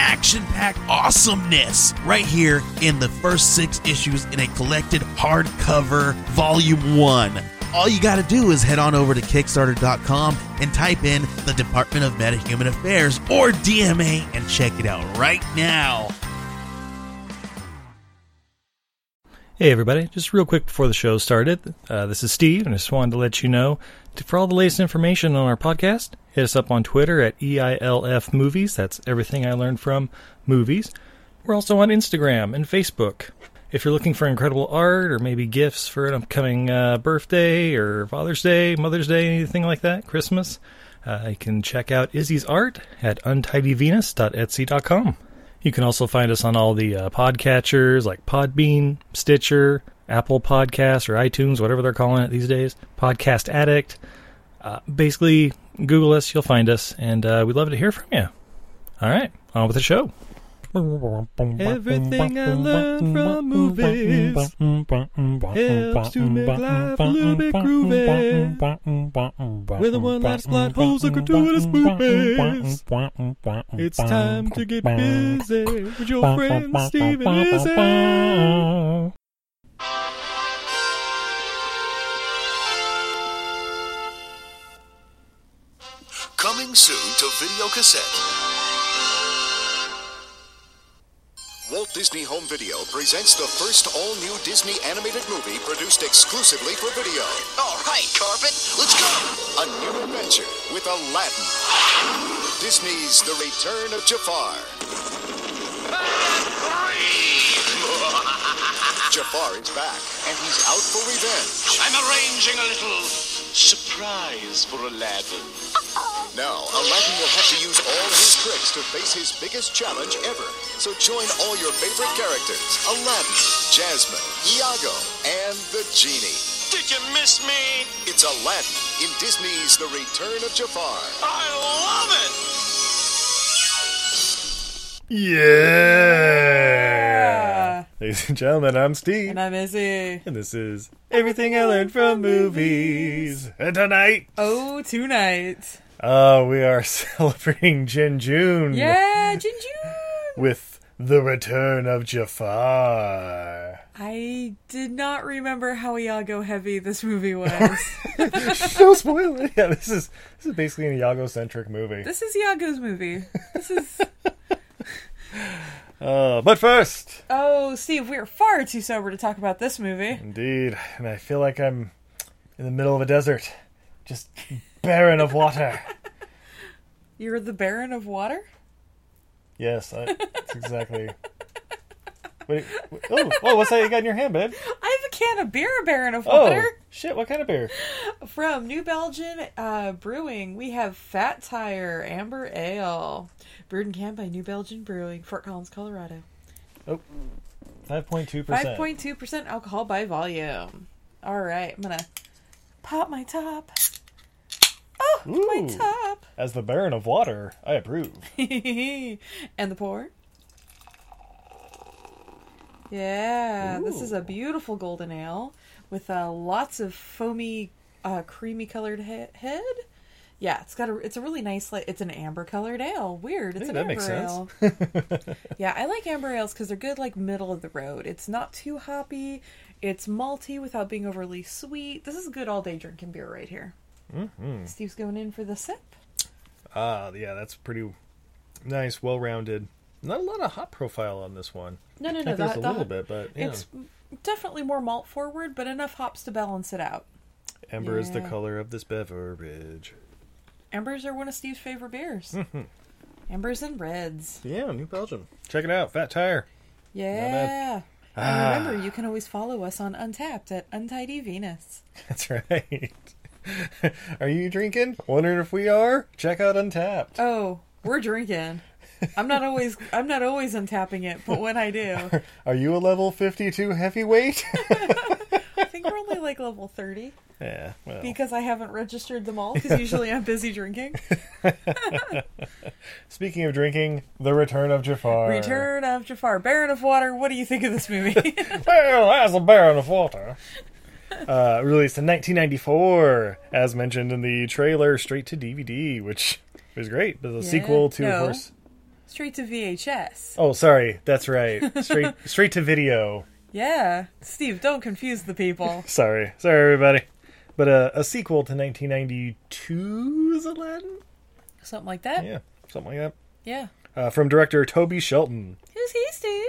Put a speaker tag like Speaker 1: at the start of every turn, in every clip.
Speaker 1: action packed awesomeness right here in the first six issues in a collected hardcover volume one. All you got to do is head on over to Kickstarter.com and type in the Department of Meta Human Affairs or DMA and check it out right now.
Speaker 2: Hey, everybody. Just real quick before the show started, uh, this is Steve, and I just wanted to let you know to, for all the latest information on our podcast, hit us up on Twitter at E EILF Movies. That's everything I learned from movies. We're also on Instagram and Facebook. If you're looking for incredible art or maybe gifts for an upcoming uh, birthday or Father's Day, Mother's Day, anything like that, Christmas, uh, you can check out Izzy's art at untidyvenus.etsy.com. You can also find us on all the uh, podcatchers like Podbean, Stitcher, Apple Podcasts, or iTunes, whatever they're calling it these days, Podcast Addict. Uh, basically, Google us, you'll find us, and uh, we'd love to hear from you. All right, on with the show.
Speaker 3: Everything I learned from movies helps to make life a little bit groovy. With a one-liner, plot holes, and gratuitous movies, it's time to get busy with your friend Steven Izzy.
Speaker 4: Coming soon to video cassette. Walt Disney Home Video presents the first all new Disney animated movie produced exclusively for video.
Speaker 5: All right, Carpet, let's go!
Speaker 4: A new adventure with Aladdin. Disney's The Return of Jafar. Jafar is back, and he's out for revenge.
Speaker 6: I'm arranging a little surprise for Aladdin.
Speaker 4: Now, Aladdin will have to use all his tricks to face his biggest challenge ever. So join all your favorite characters Aladdin, Jasmine, Iago, and the Genie.
Speaker 6: Did you miss me?
Speaker 4: It's Aladdin in Disney's The Return of Jafar.
Speaker 6: I love it!
Speaker 3: Yeah! Ladies and gentlemen, I'm Steve.
Speaker 7: And I'm Izzy.
Speaker 3: And this is Everything I Learned from Movies. And tonight,
Speaker 7: Oh, tonight.
Speaker 3: uh, we are celebrating Jin June
Speaker 7: Yeah, Jinju.
Speaker 3: with the return of Jafar.
Speaker 7: I did not remember how Iago heavy this movie was.
Speaker 3: no spoiler. Yeah, this is this is basically an Iago centric movie.
Speaker 7: this is Iago's movie. This is.
Speaker 3: Uh, but first,
Speaker 7: Oh, Steve, we're far too sober to talk about this movie.
Speaker 3: indeed, and I feel like I'm in the middle of a desert, just barren of water.
Speaker 7: You're the Baron of Water?
Speaker 3: Yes, I, that's exactly. Wait, wait- oh, oh, what's that you got in your hand, babe?
Speaker 7: I have a can of beer, Baron of
Speaker 3: Oh,
Speaker 7: Water.
Speaker 3: shit! What kind of beer?
Speaker 7: From New Belgian uh, Brewing, we have Fat Tire Amber Ale. Brewed and canned by New Belgian Brewing, Fort Collins, Colorado.
Speaker 3: Five point two percent.
Speaker 7: Five point two percent alcohol by volume. All right, I'm gonna pop my top. Oh, my
Speaker 3: Ooh.
Speaker 7: top!
Speaker 3: As the Baron of Water, I approve.
Speaker 7: and the pour. Yeah, this is a beautiful golden ale with uh, lots of foamy, uh, creamy colored he- head. Yeah, it's got a. It's a really nice. Like, it's an amber colored ale. Weird. It's
Speaker 3: Hey,
Speaker 7: an
Speaker 3: that
Speaker 7: amber
Speaker 3: makes
Speaker 7: ale. yeah, I like amber ales because they're good, like middle of the road. It's not too hoppy. It's malty without being overly sweet. This is good all day drinking beer right here.
Speaker 3: Mm-hmm.
Speaker 7: Steve's going in for the sip.
Speaker 3: Ah, yeah, that's pretty nice, well rounded. Not a lot of hot profile on this one.
Speaker 7: No, no,
Speaker 3: I
Speaker 7: no.
Speaker 3: think there's
Speaker 7: the-
Speaker 3: a
Speaker 7: the-
Speaker 3: little bit, but yeah.
Speaker 7: It's definitely more malt forward, but enough hops to balance it out.
Speaker 3: Amber is the
Speaker 7: yeah.
Speaker 3: color of this beverage.
Speaker 7: Ambers are one of Steve's favorite beers. Ambers and reds.
Speaker 3: Yeah, New Belgium. Check it out, Fat Tire.
Speaker 7: Yeah.
Speaker 3: Ah.
Speaker 7: And remember, you can always follow us on Untapped at Untidy Venus.
Speaker 3: That's right. are you drinking? Wondering if we are? Check out Untapped.
Speaker 7: Oh, we're drinking. I'm not always I'm not always untapping it, but when I do,
Speaker 3: Are you a level 52 heavyweight?
Speaker 7: I think we're only like level thirty
Speaker 3: yeah, well,
Speaker 7: because I haven't registered them all. Because usually I'm busy drinking.
Speaker 3: speaking of drinking, the return of Jafar.
Speaker 7: Return of Jafar, Baron of Water. What do you think of this movie?
Speaker 3: Well, as a Baron of Water. Uh, released in 1994, as mentioned in the trailer, straight to DVD, which was great. The sequel to,
Speaker 7: no.
Speaker 3: of course.
Speaker 7: Straight to VHS.
Speaker 3: Oh, sorry, that's right. Straight, straight to video.
Speaker 7: Yeah, Steve, don't confuse the people.
Speaker 3: Sorry, sorry, everybody. But uh, a sequel to 1992's Aladdin.
Speaker 7: Something like that. Yeah.
Speaker 3: Yeah, something like that. Uh, from director Toby Shelton.
Speaker 7: Who's he, Steve?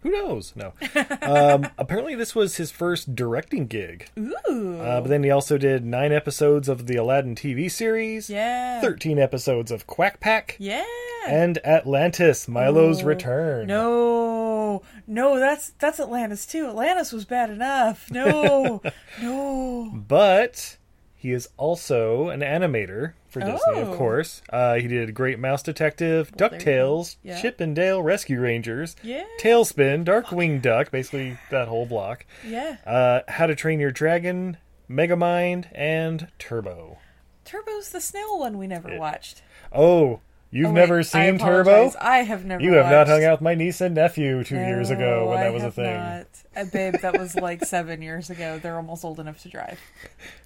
Speaker 3: Who knows? No. um, apparently, this was his first directing gig.
Speaker 7: Ooh.
Speaker 3: Uh, but then he also did nine episodes of the Aladdin TV series,
Speaker 7: yeah.
Speaker 3: 13 episodes of Quack Pack,
Speaker 7: Yeah.
Speaker 3: and Atlantis Milo's
Speaker 7: Oh,
Speaker 3: Return.
Speaker 7: No, no, that's that's Atlantis too. Atlantis was bad enough. No, no.
Speaker 3: But he is also an animator for Disney,
Speaker 7: Oh.
Speaker 3: of course. Uh, he did Great Mouse Detective,
Speaker 7: there you go.
Speaker 3: DuckTales,
Speaker 7: Yeah.
Speaker 3: Chip and Dale Rescue Rangers,
Speaker 7: Yeah.
Speaker 3: Tailspin, Darkwing Duck, basically that whole block.
Speaker 7: Yeah,
Speaker 3: Uh, How to Train Your Dragon, Megamind, and Turbo.
Speaker 7: Turbo's the snail one we never watched.
Speaker 3: Oh, you've
Speaker 7: Oh, wait,
Speaker 3: never
Speaker 7: I
Speaker 3: seen Turbo?
Speaker 7: apologize. I have never.
Speaker 3: You have not
Speaker 7: watched.
Speaker 3: hung out with my niece and nephew two years ago
Speaker 7: No,
Speaker 3: when
Speaker 7: I
Speaker 3: that was a
Speaker 7: have
Speaker 3: thing.
Speaker 7: Not. Uh, babe, that was like seven years ago. They're almost old enough to drive.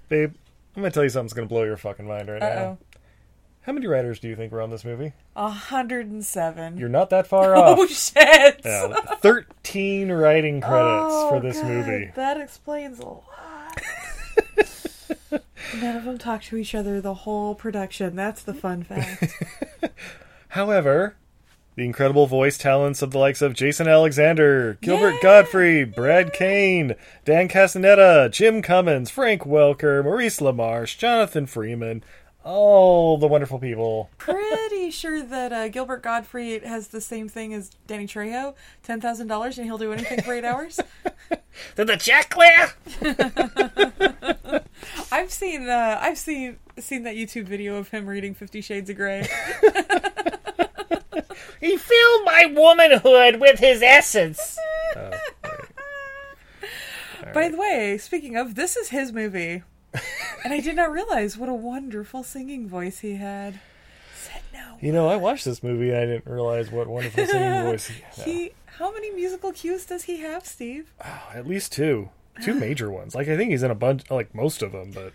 Speaker 3: Babe, I'm going to tell you something's going to blow your fucking mind right
Speaker 7: Uh
Speaker 3: now.
Speaker 7: oh,
Speaker 3: How many writers do you think were on this movie?
Speaker 7: a hundred and seven.
Speaker 3: You're not that far off.
Speaker 7: Oh shit!
Speaker 3: Yeah, 13 writing credits
Speaker 7: Oh,
Speaker 3: for this
Speaker 7: God,
Speaker 3: movie.
Speaker 7: That explains a lot. None of them talk to each other the whole production. That's the fun fact.
Speaker 3: However, the incredible voice talents of the likes of Jason Alexander, Gilbert
Speaker 7: Yeah.
Speaker 3: Godfrey, Brad Kane, Dan Castaneda, Jim Cummins, Frank Welker, Maurice LaMarche, Jonathan Freeman, all the wonderful people.
Speaker 7: Pretty sure that uh, Gilbert Godfrey has the same thing as Danny Trejo ten thousand dollars, and he'll do anything for eight hours.
Speaker 3: Did the check clear?
Speaker 7: I've seen uh, I've seen seen that YouTube video of him reading Fifty Shades of Grey.
Speaker 3: He filled my womanhood with his essence. Oh,
Speaker 7: By the way, speaking of, this is his movie, and I did not realize what a wonderful singing voice he had. Said no.
Speaker 3: You know, I watched this movie and I didn't realize what wonderful singing voice he had.
Speaker 7: He, how many musical cues does he have, Steve?
Speaker 3: At least two. Two major ones. Like, I think he's in a bunch, like, most of them, but.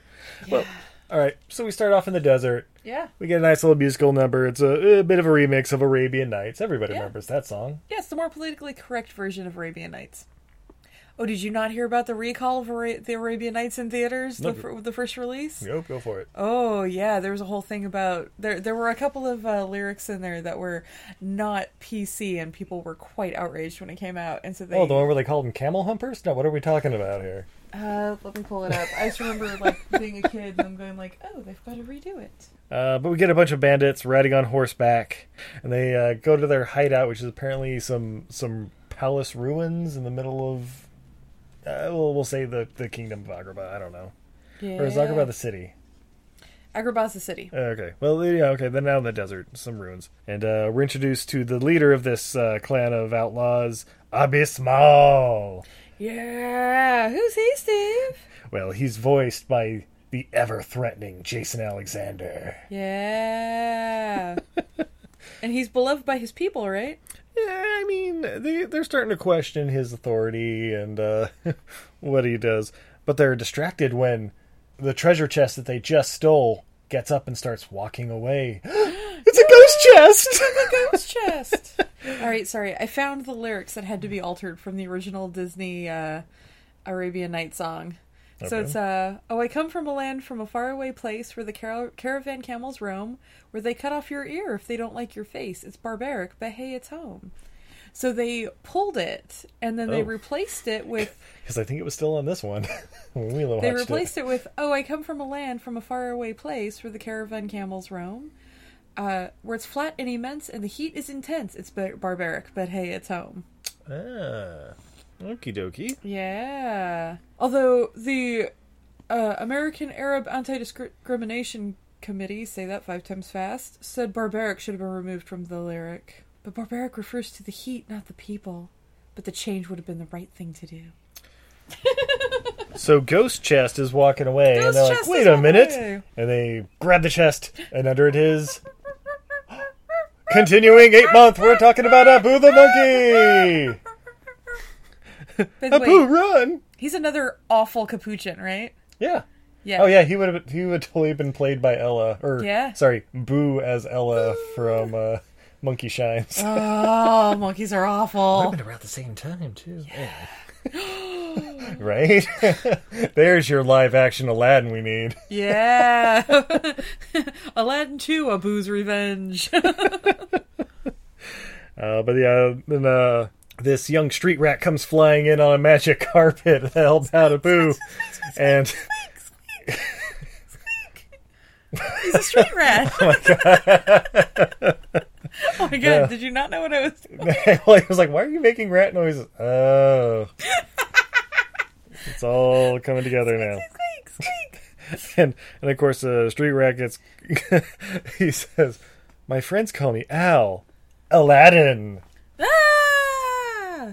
Speaker 3: Well, all right, so we start off in the desert.
Speaker 7: Yeah,
Speaker 3: We get a nice little musical number. It's a, a bit of a remix of Arabian Nights. Everybody
Speaker 7: Yeah.
Speaker 3: remembers that song.
Speaker 7: yeah, it's the more politically correct version of Arabian Nights. Oh, did you not hear about the recall of Ara- the Arabian Nights in theaters? The, fir- the first release.
Speaker 3: Nope, go for it.
Speaker 7: Oh yeah, there was a whole thing about there. There were a couple of uh, lyrics in there that were not PC, and people were quite outraged when it came out. And so they.
Speaker 3: Oh, the one where they called them camel humpers? No, what are we talking about here?
Speaker 7: Uh, let me pull it up. I just remember like being a kid and I'm going like, oh, they've got to redo it.
Speaker 3: Uh, but we get a bunch of bandits riding on horseback, and they uh, go to their hideout, which is apparently some some palace ruins in the middle of, uh, well, we'll say the, the kingdom of Agrabah. I don't know,
Speaker 7: Yeah.
Speaker 3: or is Agrabah the city?
Speaker 7: Agrabah's the city.
Speaker 3: Uh, okay, well, yeah, okay. Then now in the desert, some ruins, and uh, we're introduced to the leader of this uh, clan of outlaws, Abismal.
Speaker 7: Yeah. Who's he, Steve?
Speaker 3: Well, he's voiced by the ever threatening Jason Alexander.
Speaker 7: Yeah. and he's beloved by his people, right?
Speaker 3: Yeah, I mean, they, they're starting to question his authority and uh, what he does, but they're distracted when the treasure chest that they just stole gets up and starts walking away. it's a ghost chest!
Speaker 7: His chest. All right, sorry. I found the lyrics that had to be altered from the original Disney uh, Arabian Night song. So it's uh oh I come from a land from a faraway place where the car- caravan camels roam where they cut off your ear if they don't like your face it's barbaric but hey it's home so they pulled it and then they
Speaker 3: Oh.
Speaker 7: replaced it with
Speaker 3: Because I think it was still on this one when we watched
Speaker 7: they replaced
Speaker 3: it.
Speaker 7: it. with, "Oh, I come from a land from a faraway place where the caravan camels roam, uh, where it's flat and immense and the heat is intense. It's bar- barbaric, but hey, it's home."
Speaker 3: Ah, okie dokie.
Speaker 7: Yeah. Although the uh, American Arab Anti Discrimination committee, say that five times fast, said barbaric should have been removed from the lyric. But barbaric refers to the heat, not the people. But the change would have been the right thing to do.
Speaker 3: So Ghost Chest is walking away, and
Speaker 7: Ghost
Speaker 3: they're like,
Speaker 7: Chest
Speaker 3: "Wait
Speaker 7: is
Speaker 3: a
Speaker 7: walking
Speaker 3: minute!"
Speaker 7: away.
Speaker 3: And they grab the chest, and under it is. Continuing eight month, we're talking about Abu the monkey.
Speaker 7: By the
Speaker 3: Abu,
Speaker 7: way,
Speaker 3: run!
Speaker 7: he's another awful capuchin, right?
Speaker 3: Yeah.
Speaker 7: Yeah.
Speaker 3: Oh yeah, he would have he would totally been played by Ella or
Speaker 7: Yeah.
Speaker 3: sorry, Boo as Ella from uh, Monkey Shines.
Speaker 7: Oh, monkeys are awful.
Speaker 3: around the same time too. right? There's your live action Aladdin we need.
Speaker 7: Yeah. Aladdin 2, Abu's Revenge.
Speaker 3: Uh, but yeah, then uh, this young street rat comes flying in on a magic carpet that helps out a boo, and
Speaker 7: He's a street rat. Oh my god. did you not know what I was
Speaker 3: I was like, "Why are you making rat noises?" Oh, it's all coming together now.
Speaker 7: squeak, squeak.
Speaker 3: and and of course uh, street rat gets he says my friends call me al aladdin
Speaker 7: Ah!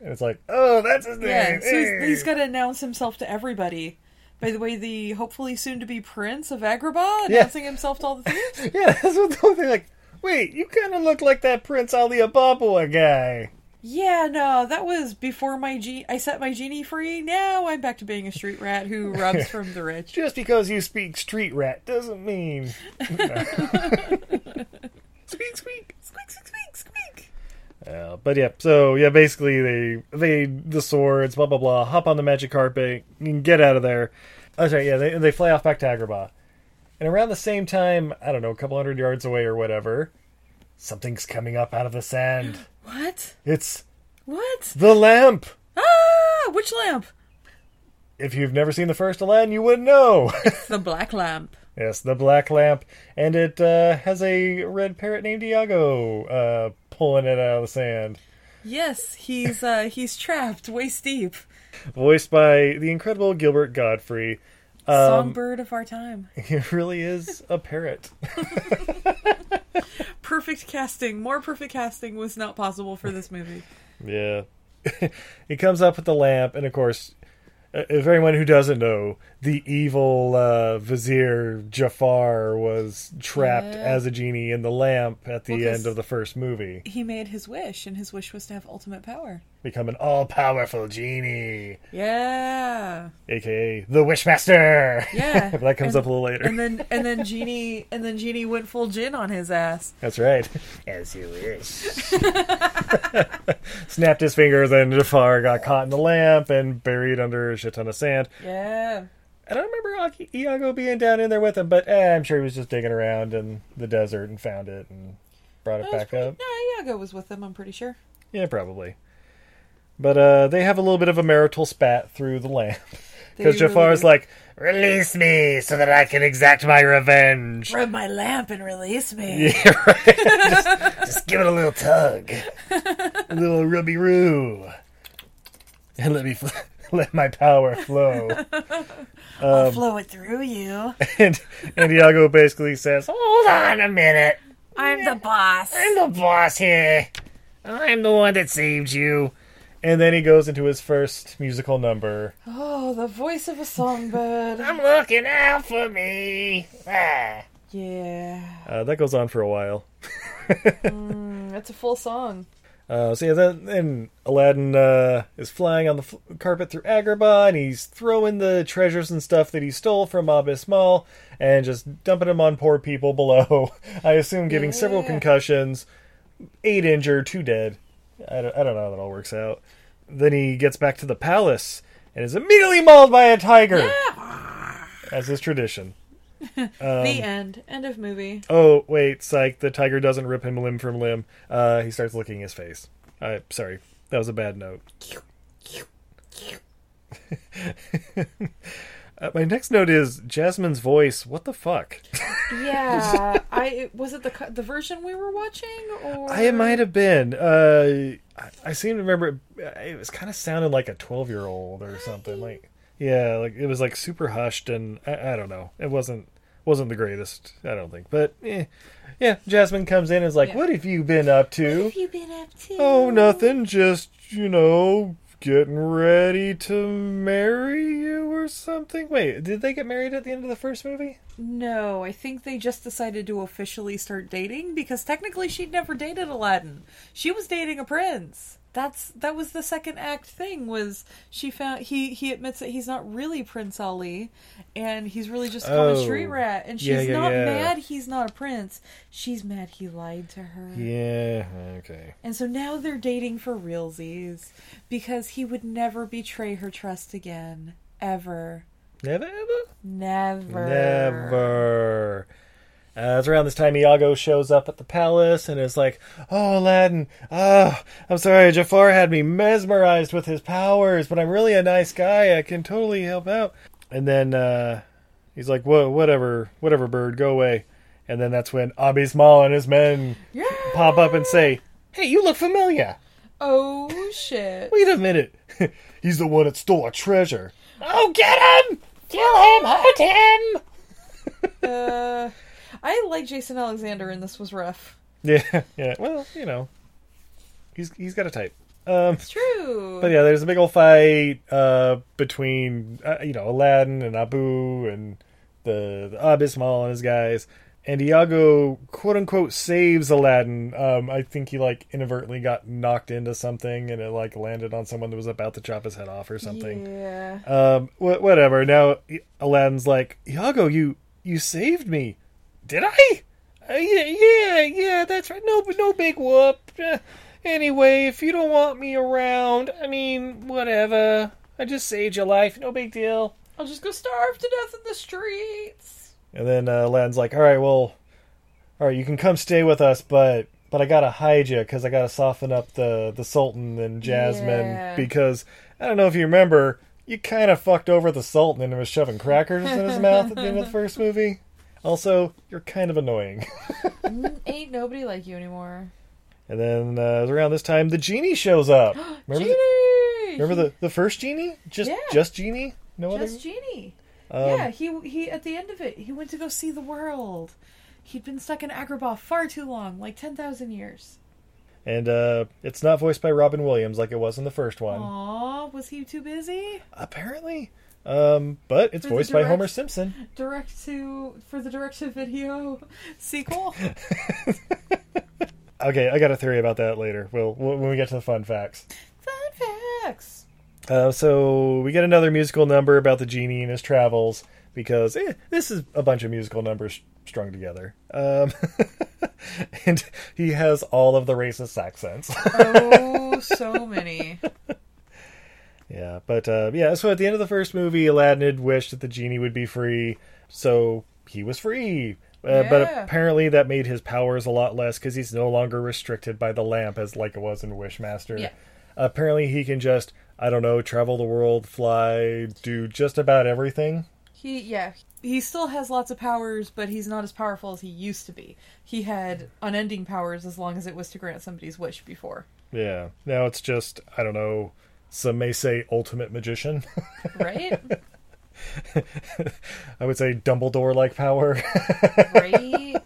Speaker 3: and it's like oh that's his name
Speaker 7: Yeah, so he's,
Speaker 3: Eh.
Speaker 7: he's got to announce himself to everybody. By the way, the hopefully soon to be prince of Agrabah announcing himself to all the thieves.
Speaker 3: yeah that's what the whole thing like wait you kind of look like that prince ali ababa guy
Speaker 7: yeah, no, that was before my ge- I set my genie free. Now I'm back to being a street rat who robs from the rich.
Speaker 3: just because you speak street rat doesn't mean
Speaker 7: Squeak, squeak, squeak, squeak, squeak, squeak.
Speaker 3: Uh, but yeah, so yeah, basically they they the swords, blah blah blah, hop on the magic carpet and get out of there. Oh, sorry, yeah, they they fly off back to Agrabah, and around the same time, I don't know, a couple hundred yards away or whatever, something's coming up out of the sand.
Speaker 7: What?
Speaker 3: It's
Speaker 7: What?
Speaker 3: the lamp.
Speaker 7: Ah! Which lamp?
Speaker 3: If you've never seen the first Aladdin, you wouldn't know.
Speaker 7: The black lamp.
Speaker 3: yes, the black lamp, and it uh, has a red parrot named Iago uh, pulling it out of the sand.
Speaker 7: Yes, he's uh he's trapped waist deep.
Speaker 3: Voiced by the incredible Gilbert Godfrey.
Speaker 7: Songbird of our time.
Speaker 3: It really is a parrot.
Speaker 7: Perfect casting. More perfect casting was not possible for this movie.
Speaker 3: Yeah. he comes up with the lamp, and of course, uh, if anyone who doesn't know, the evil uh, vizier Jafar was trapped as a genie in the lamp at the
Speaker 7: Well, 'cause-
Speaker 3: end of the first movie.
Speaker 7: He made his wish, and his wish was to have ultimate power.
Speaker 3: Become an all powerful genie,
Speaker 7: Yeah.
Speaker 3: aka the Wishmaster.
Speaker 7: Yeah.
Speaker 3: But that comes
Speaker 7: And-
Speaker 3: up a little later.
Speaker 7: And then and then Genie and then Genie went full gin on his ass.
Speaker 3: That's right. As you wish. Snapped his fingers, and Jafar got caught in the lamp and buried under a shit ton of sand.
Speaker 7: Yeah.
Speaker 3: I don't remember Aki- Iago being down in there with him, but eh, I'm sure he was just digging around in the desert and found it and brought it
Speaker 7: That was
Speaker 3: back
Speaker 7: pretty-
Speaker 3: up.
Speaker 7: No, Iago was with them, I'm pretty sure.
Speaker 3: Yeah, probably. But uh, they have a little bit of a marital spat through the lamp.
Speaker 7: They
Speaker 3: Because Jafar's
Speaker 7: really-
Speaker 3: like, release me so that I can exact my revenge.
Speaker 7: Rub my lamp and release me.
Speaker 3: Just give it a little tug. a little rubby roo. And let me fl- let my power flow.
Speaker 7: I'll flow it through you.
Speaker 3: and, and Iago basically says, "Oh," hold on a minute.
Speaker 7: I'm the boss.
Speaker 3: I'm the boss here. I'm the one that saved you. And then he goes into his first musical number.
Speaker 7: Oh, the voice of a songbird.
Speaker 3: I'm looking out for me. Ah.
Speaker 7: yeah.
Speaker 3: Uh, that goes on for a while.
Speaker 7: That's a full song.
Speaker 3: Uh, so yeah, then, then Aladdin uh, is flying on the f- carpet through Agrabah, and he's throwing the treasures and stuff that he stole from Ab Ismal, and just dumping them on poor people below. I assume giving several
Speaker 7: Yeah.
Speaker 3: concussions, eight injured, two dead. I don't, I don't know how that all works out. Then he gets back to the palace and is immediately mauled by a tiger, as is tradition. Um,
Speaker 7: the end. End of movie.
Speaker 3: Oh wait, psych! The tiger doesn't rip him limb from limb. Uh, he starts licking his face. Uh, sorry, that was a bad note. Uh, my next note is Jasmine's voice. What the fuck?
Speaker 7: Yeah. I was it the cu- the version we were watching or
Speaker 3: I might have been. Uh, I, I seem to remember it, it was kind of sounded like a twelve-year-old or something. Like yeah, like it was like super hushed and I, I don't know. It wasn't wasn't the greatest, I don't think. But eh. yeah, Jasmine comes in and is like, "What have you been up to?"
Speaker 7: Have you been up to?
Speaker 3: Oh, nothing. Just you know, getting ready to marry you or something. Wait, did they get married at the end of the first movie?
Speaker 7: No, I think they just decided to officially start dating because technically she'd never dated Aladdin. She was dating a prince. That's that was the second act thing was she found he he admits that he's not really Prince Ali and he's really just a common
Speaker 3: Oh.
Speaker 7: street rat and she's
Speaker 3: Yeah, yeah,
Speaker 7: not
Speaker 3: yeah.
Speaker 7: mad he's not a prince. She's mad he lied to her.
Speaker 3: Yeah. Okay.
Speaker 7: And so now they're dating for realsies because he would never betray her trust again. Ever.
Speaker 3: Never ever.
Speaker 7: Never.
Speaker 3: Never. Uh, it's around this time Iago shows up at the palace and is like, "Oh, Aladdin, ah, I'm sorry, Jafar had me mesmerized with his powers, but I'm really a nice guy. I can totally help out." And then uh, he's like, "Whoa, whatever, whatever, bird, go away." And then that's when Abismal and his men
Speaker 7: Yeah.
Speaker 3: pop up and say, "Hey, you look familiar.
Speaker 7: Oh shit.
Speaker 3: Wait a minute, he's the one that stole our treasure. Oh, get him! Kill him! Hurt him!"
Speaker 7: Uh, I like Jason Alexander and this was rough.
Speaker 3: Yeah, yeah. Well, you know, he's he's got a type. Um,
Speaker 7: It's true.
Speaker 3: but yeah, there's a big old fight uh, between uh, you know Aladdin and Abu and the, the Abismal and his guys. And Iago quote unquote saves Aladdin. Um, I think he like inadvertently got knocked into something and it like landed on someone that was about to chop his head off or something.
Speaker 7: Yeah.
Speaker 3: Um, wh- whatever. Now Aladdin's like, Iago, you you saved me. Did I? Uh, yeah, yeah, yeah. That's right. No, no big whoop. Eh, Anyway, if you don't want me around, I mean, whatever. I just saved your life. No big deal.
Speaker 7: I'll just go starve to death in the streets.
Speaker 3: And then uh, Aladdin's like, all right, well, all right, you can come stay with us, but but I gotta hide you because I gotta soften up the the Sultan and Jasmine
Speaker 7: Yeah.
Speaker 3: because I don't know if you remember, you kind of fucked over the Sultan and was shoving crackers in his mouth at the end of the first movie. Also, you're kind of annoying.
Speaker 7: Ain't nobody like you anymore.
Speaker 3: And then uh, around this time, the genie shows up. Remember,
Speaker 7: Genie!
Speaker 3: The, remember the the first genie? Just
Speaker 7: Yeah.
Speaker 3: just genie? No other.
Speaker 7: Just Genie.
Speaker 3: Um,
Speaker 7: yeah, he he at the end of it, he went to go see the world. He'd been stuck in Agrabah far too long, like 10,000 years.
Speaker 3: And uh, it's not voiced by Robin Williams like it was in the first one.
Speaker 7: Aw, was he too busy?
Speaker 3: Apparently. Um, but it's
Speaker 7: For the
Speaker 3: voiced by
Speaker 7: direct-
Speaker 3: Homer Simpson.
Speaker 7: Direct to, for the direct to video sequel?
Speaker 3: Okay, I got a theory about that later. We'll, we'll when we get to the fun facts.
Speaker 7: Fun facts.
Speaker 3: Uh, so we get another musical number about the genie and his travels because eh, this is a bunch of musical numbers strung together. Um, and he has all of the racist accents.
Speaker 7: Oh, so many.
Speaker 3: Uh, Yeah, but uh, yeah, so at the end of the first movie, Aladdin had wished that the genie would be free, so he was free. Uh, But
Speaker 7: Yeah.
Speaker 3: apparently, that made his powers a lot less because he's no longer restricted by the lamp as like it was in Wishmaster.
Speaker 7: Yeah.
Speaker 3: Apparently, he can just I don't know travel the world, fly, do just about everything.
Speaker 7: He yeah. He still has lots of powers, but he's not as powerful as he used to be. He had unending powers as long as it was to grant somebody's wish before.
Speaker 3: Yeah. Now it's just I don't know. Some may say ultimate magician.
Speaker 7: Right?
Speaker 3: I would say Dumbledore like power.
Speaker 7: right?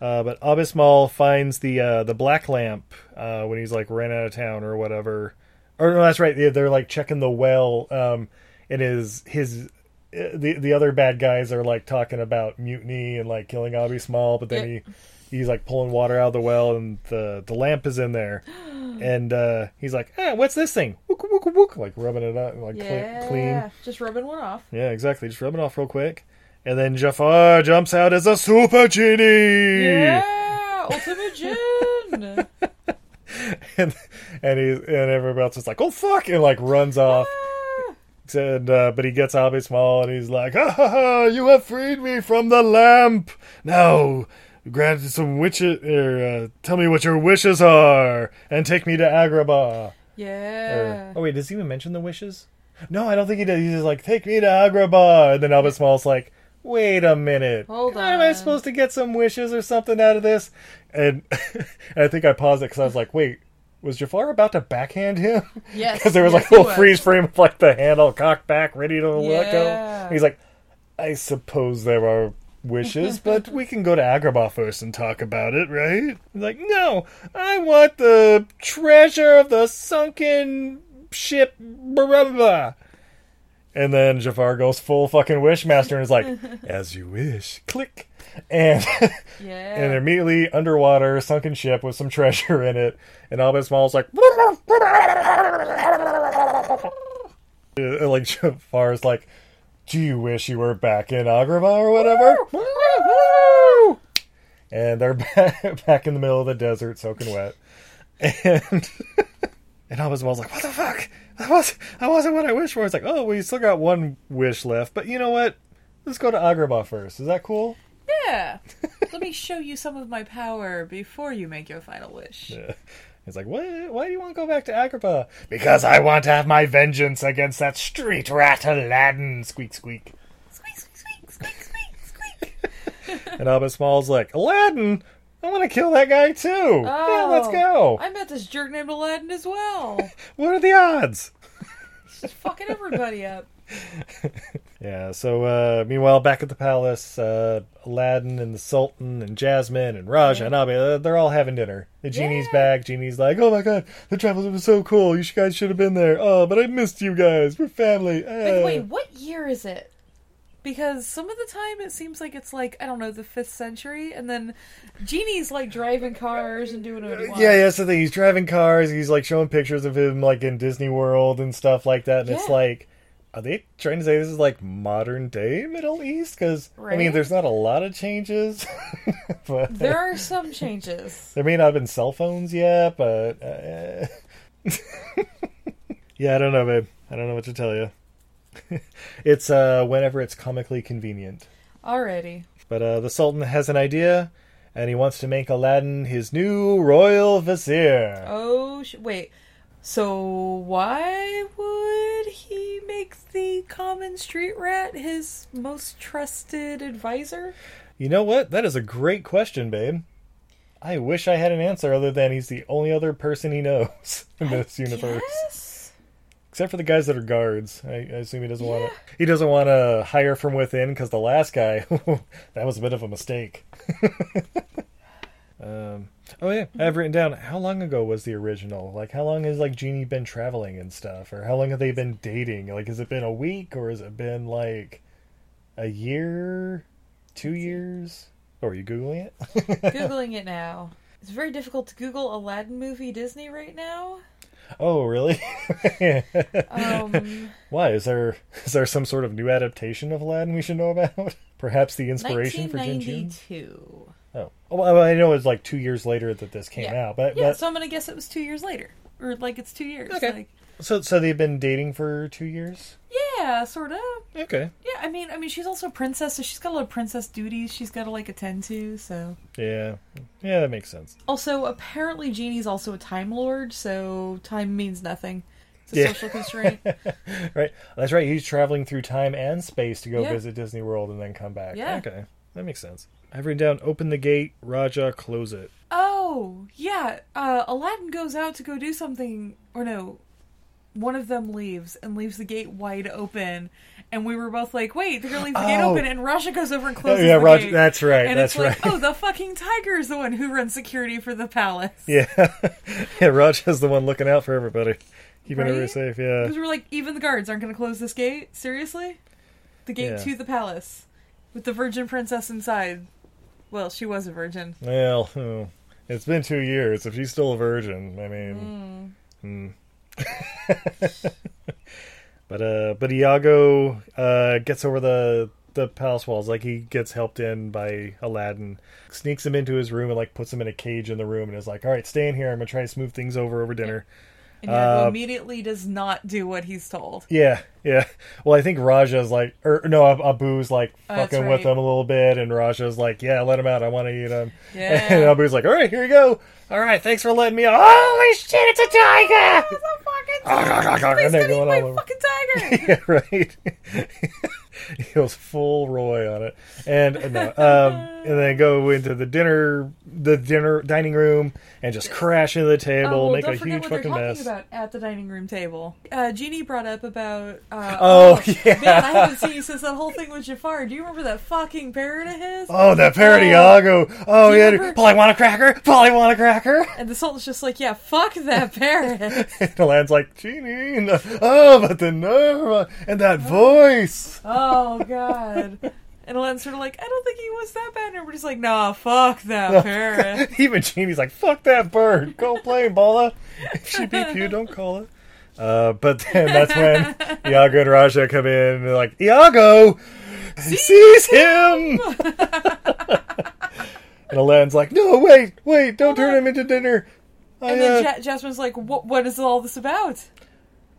Speaker 3: Uh, but Abismal finds the uh, the black lamp uh, when he's like ran out of town or whatever. Or no, that's right. They're, they're like checking the well, um, and his his uh, the the other bad guys are like talking about mutiny and like killing Abismal, but then
Speaker 7: Yep.
Speaker 3: he he's like pulling water out of the well, and the the lamp is in there, and uh, he's like, ah, what's this thing? Wook, wook, wook, like rubbing it up, like
Speaker 7: Yeah.
Speaker 3: clean, clean.
Speaker 7: Just rubbing one off.
Speaker 3: Yeah, exactly. Just rub it off real quick. And then Jafar jumps out as a super genie.
Speaker 7: Yeah. Ultimate gin.
Speaker 3: and and he and everybody else is like, "Oh fuck!" and like runs off. And uh, but he gets Abby Small and he's like, "Ha ha ha! You have freed me from the lamp. Now grant some wishes, or uh, tell me what your wishes are, and take me to Agrabah."
Speaker 7: Yeah.
Speaker 3: Oh wait, does he even mention the wishes? No, I don't think he did. He's just like, "Take me to Agrabah," and then Albus Small's like, "Wait a minute,
Speaker 7: Hold
Speaker 3: How am I
Speaker 7: on.
Speaker 3: supposed to get some wishes or something out of this?" And, and I think I paused it because I was like, "Wait, was Jafar about to backhand him?"
Speaker 7: Yes,
Speaker 3: because there was
Speaker 7: yes,
Speaker 3: like
Speaker 7: he
Speaker 3: a little
Speaker 7: was.
Speaker 3: freeze frame of like the hand all cocked back, ready to let go.
Speaker 7: Yeah.
Speaker 3: And he's like, "I suppose there are uh, wishes, but we can go to Agrabah first and talk about it, right? Like, no, I want the treasure of the sunken ship, blah, blah, blah. And then Jafar goes full fucking wishmaster and is like, as you wish, click. And
Speaker 7: Yeah.
Speaker 3: and immediately underwater, sunken ship with some treasure in it. And Albert Small's like, and like Jafar's like, do you wish you were back in Agrabah or whatever? and they're back, back in the middle of the desert, soaking wet. And and Albert Small's like, what the fuck? That was that wasn't what I wished for. It's like, oh, we still got one wish left, but you know what? Let's go to Agrabah first. Is that cool?
Speaker 7: yeah. Let me show you some of my power before you make your final wish.
Speaker 3: He's like, what? Why do you want to go back to Agrabah? Because I want to have my vengeance against that street rat Aladdin. Squeak, squeak.
Speaker 7: Squeak, squeak, squeak, squeak, squeak, squeak.
Speaker 3: And Albert Small's like, Aladdin, I want to kill that guy too. yeah, let's
Speaker 7: Oh,
Speaker 3: go.
Speaker 7: I met this jerk named Aladdin as well.
Speaker 3: What are the odds?
Speaker 7: Just fucking everybody up.
Speaker 3: Yeah. So uh, meanwhile, back at the palace, uh, Aladdin and the Sultan and Jasmine and Raj and Abi, uh, they're all having dinner. The genie's back. Genie's like, "Oh my god, the travels was so cool. You guys should have been there. Oh, but I missed you guys. We're family."
Speaker 7: By the
Speaker 3: Ah."
Speaker 7: way, what year is it? Because some of the time it seems like it's like I don't know the fifth century, and then genie's like driving cars and doing what he wants.
Speaker 3: Yeah, yeah. So thing. he's driving cars. He's like showing pictures of him like in Disney World and stuff like that. And it's
Speaker 7: Yeah.
Speaker 3: like, are they trying to say this is like modern day Middle East? Because I mean,
Speaker 7: Right?
Speaker 3: there's not a lot of changes. but
Speaker 7: There are some changes.
Speaker 3: there may not have been cell phones yet, but uh, yeah, I don't know, babe. I don't know what to tell you. it's uh, whenever it's comically convenient.
Speaker 7: Already,
Speaker 3: But uh, the Sultan has an idea, and he wants to make Aladdin his new royal vizier.
Speaker 7: oh sh- wait. So why would he make the common street rat his most trusted advisor?
Speaker 3: You know what? That is a great question, babe. I wish I had an answer other than he's the only other person he knows in this universe.
Speaker 7: Yes.
Speaker 3: Except for the guys that are guards. I, I assume he doesn't want to. He doesn't want to hire from within because the last guy, that was a bit of a mistake. um, oh yeah, I've written down how long ago was the original? Like how long has like Jeannie been traveling and stuff, or how long have they been dating? Like has it been a week or has it been like a year, two years? Oh, are you googling it?
Speaker 7: Googling it now. It's very difficult to Google Aladdin movie Disney right now.
Speaker 3: Oh, really?
Speaker 7: Um.
Speaker 3: Why is there is there some sort of new adaptation of Aladdin we should know about? Perhaps the inspiration for Jin Jun?
Speaker 7: 1992.
Speaker 3: Oh, well, I know it's like two years later that this came
Speaker 7: Yeah.
Speaker 3: out, but,
Speaker 7: Yeah,
Speaker 3: but-
Speaker 7: so I'm gonna guess it was two years later, or like it's two years.
Speaker 3: Okay.
Speaker 7: Like,
Speaker 3: so so they've been dating for two years.
Speaker 7: yeah, sort of.
Speaker 3: Okay.
Speaker 7: Yeah, I mean, I mean, she's also a princess, so she's got a lot of princess duties she's got to like attend to. So,
Speaker 3: Yeah, yeah, that makes sense.
Speaker 7: also apparently, Genie's also a time lord, so time means nothing. It's a
Speaker 3: Yeah.
Speaker 7: social constraint.
Speaker 3: Right, that's right. He's traveling through time and space to go
Speaker 7: Yeah.
Speaker 3: visit Disney World and then come back.
Speaker 7: Yeah.
Speaker 3: Okay, that makes sense. I've written down: open the gate, Raja, close it.
Speaker 7: oh, yeah. Uh, Aladdin goes out to go do something, or no, one of them leaves and leaves the gate wide open. And we were both like, "Wait, they're gonna leave the gate
Speaker 3: Oh.
Speaker 7: open!" And Rasha goes over and closes.
Speaker 3: yeah,
Speaker 7: the
Speaker 3: Raja-
Speaker 7: gate.
Speaker 3: that's right,
Speaker 7: And
Speaker 3: that's
Speaker 7: it's like,
Speaker 3: right.
Speaker 7: "Oh, the fucking tiger is the one who runs security for the palace."
Speaker 3: Yeah, yeah. Raja's the one looking out for everybody, keeping
Speaker 7: Right?
Speaker 3: everybody safe. Yeah,
Speaker 7: Because we're like, even the guards aren't going to close this gate. Seriously? The gate
Speaker 3: Yeah.
Speaker 7: to the palace with the virgin princess inside. Well, she was a virgin.
Speaker 3: Well, hmm. it's been two years. If she's still a virgin, I mean, hmm. but uh, but Iago uh gets over the the palace walls. Like he gets helped in by Aladdin, sneaks him into his room and like puts him in a cage in the room and is like, "All right, stay in here. I'm gonna try to smooth things over over dinner."
Speaker 7: And Yago
Speaker 3: Uh,
Speaker 7: immediately does not do what he's told.
Speaker 3: Yeah, yeah. Well, I think Raja's like, or no, Ab- Abu's like
Speaker 7: Oh, That's
Speaker 3: fucking with
Speaker 7: right.
Speaker 3: him a little bit, and Raja's like, "Yeah, let him out. I want to eat him."
Speaker 7: Yeah.
Speaker 3: And Abu's like, "All right, here you go. All right, thanks for letting me out. Holy shit, it's a tiger!"
Speaker 7: It's a fucking
Speaker 3: And
Speaker 7: Please
Speaker 3: they're
Speaker 7: don't eat
Speaker 3: going
Speaker 7: my
Speaker 3: all over.
Speaker 7: fucking tiger!
Speaker 3: yeah, right. He goes full Roy on it, and uh, no, um, and then go into the dinner, the dinner dining room, and just crash into the table,
Speaker 7: oh, well,
Speaker 3: make
Speaker 7: don't
Speaker 3: a
Speaker 7: forget
Speaker 3: huge
Speaker 7: what they're
Speaker 3: fucking
Speaker 7: talking
Speaker 3: mess.
Speaker 7: about at the dining room table. Uh, Jeannie brought up about. Uh,
Speaker 3: Oh, yeah.
Speaker 7: Man, I haven't seen you since that whole thing with Jafar. Do you remember that fucking parrot of his?
Speaker 3: Oh, that parody, Iago. Oh,
Speaker 7: you
Speaker 3: yeah.
Speaker 7: remember-
Speaker 3: dude. Polly want a cracker? Polly want a cracker?
Speaker 7: And the Sultan's just like, yeah, fuck that parrot.
Speaker 3: And Aladdin's like, Genie. no- Oh, but the nerve. And that voice.
Speaker 7: oh, God. And Aladdin's sort of like, I don't think he was that bad. And everybody's like, nah, fuck
Speaker 3: Oh,
Speaker 7: that parrot.
Speaker 3: Even Genie's like, fuck that bird. Go play, Bola. If she beat you, don't call it. Uh, but then that's when Iago and Raja come in and they're like, Iago seize him. and Aladdin's like, no, wait, wait, don't turn him into dinner. I,
Speaker 7: And then
Speaker 3: uh,
Speaker 7: ja- Jasmine's like, what, what is all this about?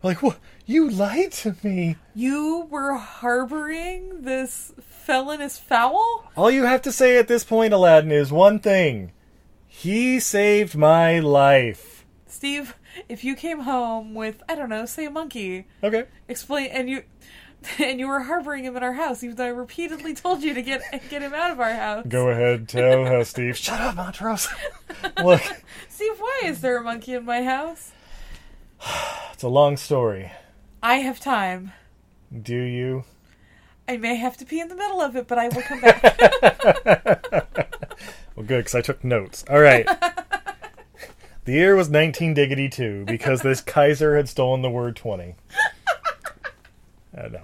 Speaker 3: like, what? You lied to me.
Speaker 7: You were harboring this felonious fowl?
Speaker 3: All you have to say at this point, Aladdin, is one thing. He saved my life.
Speaker 7: Steve, if you came home with, I don't know, say a monkey,
Speaker 3: Okay.
Speaker 7: explain, and you. And you were harboring him in our house, even though I repeatedly told you to get get him out of our house.
Speaker 3: Go ahead, tell how Steve. Shut up, Montrose. Look,
Speaker 7: Steve, why is there a monkey in my house?
Speaker 3: it's a long story.
Speaker 7: I have time.
Speaker 3: Do you?
Speaker 7: I may have to pee in the middle of it, but I will come back.
Speaker 3: Well, good, because I took notes. All right. the year was 19 diggity 2 because this Kaiser had stolen the word 20. I don't know.